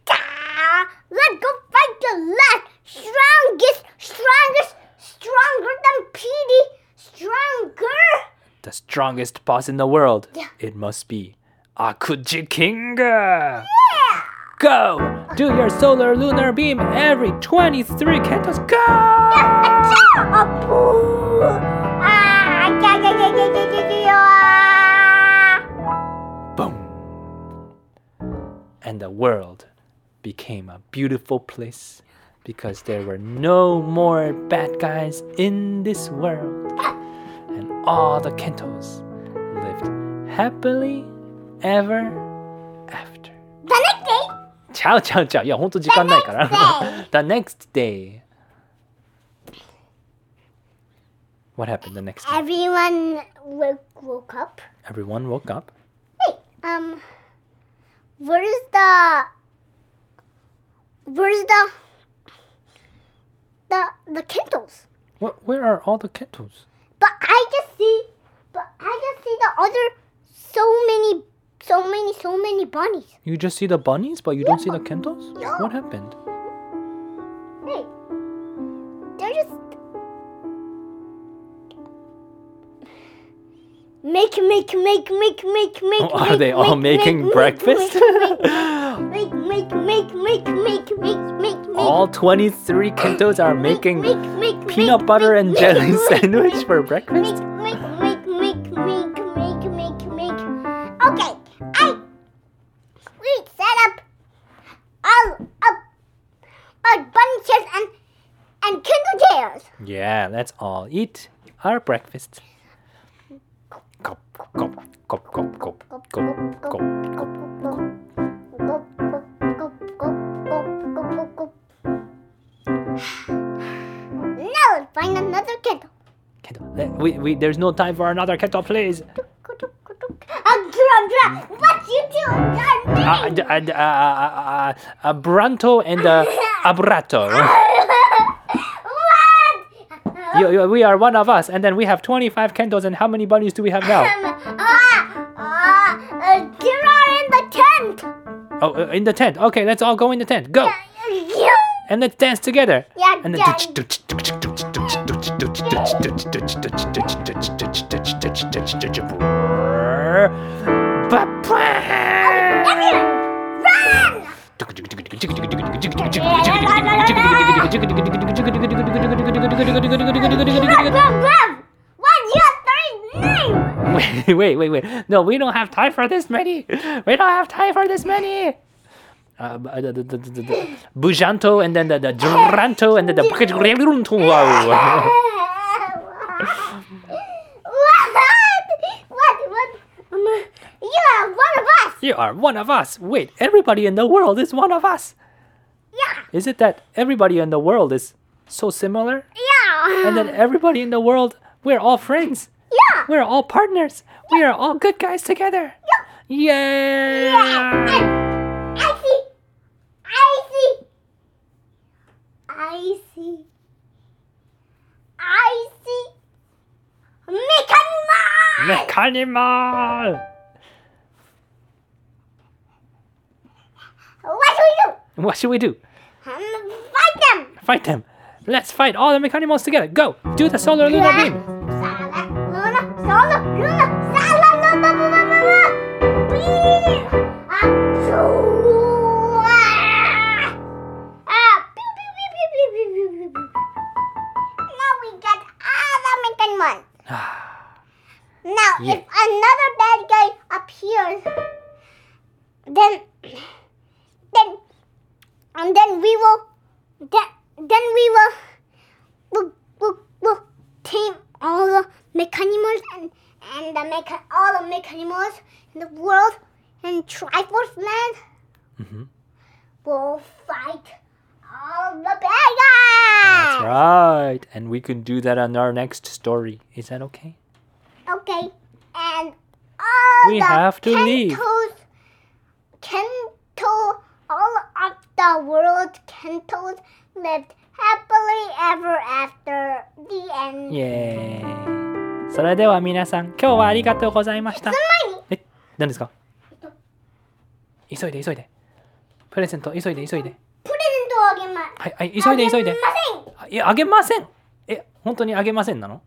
[SPEAKER 1] Ah, Let's go fight the last, strongest, strongest, stronger than Petey, stronger.
[SPEAKER 2] the strongest boss in the world.
[SPEAKER 1] Yeah.
[SPEAKER 2] It must be Akuji Kinga. Go! Do your solar lunar beam every 23 kentos. Go!
[SPEAKER 1] Achoo! (laughs) Ah, boo! Ah, yeah, yeah, yeah, yeah, yeah, yeah, yeah.
[SPEAKER 2] Boom! And the world became a beautiful place because there were no more bad guys in this world. And all the kentos lived happily ever after.
[SPEAKER 1] The next day,
[SPEAKER 2] ちゃうちゃうちゃう。いや、ほんと時間ないから。The (laughs) next day. What happened the next day?
[SPEAKER 1] everyone woke, woke up.
[SPEAKER 2] Everyone woke up.
[SPEAKER 1] Hey, um, where is the, where's the, the, the candles?
[SPEAKER 2] Where, where are all the kettles?
[SPEAKER 1] But I just see, but I just see the other so many, so many, so many bunnies.
[SPEAKER 2] You just see the bunnies, but you don't see the kettles?
[SPEAKER 1] Yeah.
[SPEAKER 2] What happened?
[SPEAKER 1] Hey, they're just make, make, make, make, make, make.
[SPEAKER 2] Oh, are
[SPEAKER 1] make,
[SPEAKER 2] they all
[SPEAKER 1] make,
[SPEAKER 2] making
[SPEAKER 1] make,
[SPEAKER 2] breakfast? (laughs)
[SPEAKER 1] Make, make, make, make, make, make, make, make.
[SPEAKER 2] all 23 kentos are making
[SPEAKER 1] make, make,
[SPEAKER 2] peanut
[SPEAKER 1] make,
[SPEAKER 2] butter
[SPEAKER 1] make,
[SPEAKER 2] and
[SPEAKER 1] make, (laughs)
[SPEAKER 2] jelly
[SPEAKER 1] make,
[SPEAKER 2] (laughs) sandwich for
[SPEAKER 1] Make,
[SPEAKER 2] breakfast?
[SPEAKER 1] make, make, make, make, make, make, make. Okay, I we set up all up a bunny chairs and and kindle chairs.
[SPEAKER 2] Yeah, let's all eat our breakfast. Gulp, gulp, gulp, gulp, gulp, gulp, gulp.
[SPEAKER 1] Now let's find another kettle.
[SPEAKER 2] Kettle. Let- We, we, there's no time for another kettle, please.
[SPEAKER 1] A drum drum. What you doing?
[SPEAKER 2] Uh,
[SPEAKER 1] Drum,
[SPEAKER 2] uh, uh, uh, uh, uh, Abranto and uh, Abrato.
[SPEAKER 1] (laughs) what?
[SPEAKER 2] You, you, we are one of us, and then we have 25 kentos, and how many bunnies do we have now?
[SPEAKER 1] Um, ah, ah, uh, there are in the tent.
[SPEAKER 2] Oh, uh, in the tent. Okay, let's all go in the tent. Go. And let's dance together.
[SPEAKER 1] Yeah,
[SPEAKER 2] And then.
[SPEAKER 1] yeah. Everyone, run! Run, run, run! What's your third name?
[SPEAKER 2] Wait, (laughs) wait, wait, wait. No, we don't have time for this many. We don't have time for this many. Uh, b- uh, the- the- the- the- the- Bujanto and then the, the Duranto and then the
[SPEAKER 1] (laughs)
[SPEAKER 2] Wow.
[SPEAKER 1] what? What? What? Um, you are one of us.
[SPEAKER 2] You are one of us. Wait, everybody in the world is one of us.
[SPEAKER 1] Yeah.
[SPEAKER 2] Is it that everybody in the world is so similar?
[SPEAKER 1] Yeah.
[SPEAKER 2] And then everybody in the world, we're all friends.
[SPEAKER 1] yeah.
[SPEAKER 2] We're all partners. We are all good guys together. Yeah.
[SPEAKER 1] I, I see. I see. I see. I see. Mechanima!
[SPEAKER 2] Mechanimal.
[SPEAKER 1] What do we do?
[SPEAKER 2] What should we do?
[SPEAKER 1] Um, fight them!
[SPEAKER 2] Fight them. Let's fight all the mechanimals together. Go. Do the solar lunar beam.
[SPEAKER 1] Sala, Luna, Sola, Luna, Sala, Luna, Luna, Luna, Luna. Beep. Ah, shoo. Ah, pew, pew, pew, pew, pew, pew, pew, pew, pew. Now we got other Megan one. Now,
[SPEAKER 2] Yeah.
[SPEAKER 1] if another bad guy appears, then, then, and then we will, then, then we will, we'll, we'll, we'll tame all the mechanimals and, and the mecha, all the mechanimals in the world and Triforce Land
[SPEAKER 2] Mhm.
[SPEAKER 1] will fight all the bad guys.
[SPEAKER 2] That's right. And we can do that on our next story. Is that okay?
[SPEAKER 1] Okay, and all
[SPEAKER 2] We
[SPEAKER 1] the
[SPEAKER 2] have to leave.
[SPEAKER 1] Kentos, Kento, all of the world Kentos lived happily ever after. The end.
[SPEAKER 2] イエーイ。それでは皆さん、今日はありがとうございました。
[SPEAKER 1] Somebody,
[SPEAKER 2] え、何ですか急いで急いで。プレゼント、急いで急いで。
[SPEAKER 1] put it into a game.
[SPEAKER 2] はい、はい、急いで急いで。あいや、あげません。え、本当にあげませんなの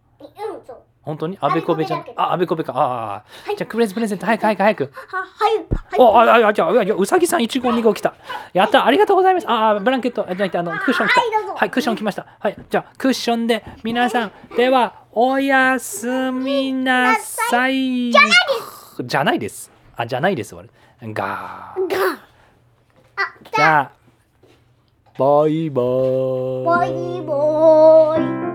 [SPEAKER 2] 本当にあべこべちゃん
[SPEAKER 1] あべこべだけ。ど
[SPEAKER 2] あ、あべこべか。ああ
[SPEAKER 1] は
[SPEAKER 2] あ。
[SPEAKER 1] い
[SPEAKER 2] じゃあ、プレゼプレゼント、早く早く早く。
[SPEAKER 1] はい。
[SPEAKER 2] (laughs) お、あ、あ、あじゃあ、あじゃあうさぎさん1号2号来た。やった、ありがとうございます。あ、あブランケット、あじゃなくて、あの、クッション来
[SPEAKER 1] はいどう
[SPEAKER 2] た。
[SPEAKER 1] ぞ
[SPEAKER 2] はい、クッション来ました。はい、じゃあ、クッションで、皆さん、では、おやすみなさい。じゃないです。じゃないです。あ、じゃないです、俺。がー。
[SPEAKER 1] あ、来
[SPEAKER 2] じ
[SPEAKER 1] た。
[SPEAKER 2] ゃあ、バイバー
[SPEAKER 1] ボ
[SPEAKER 2] イ。
[SPEAKER 1] イボーイ。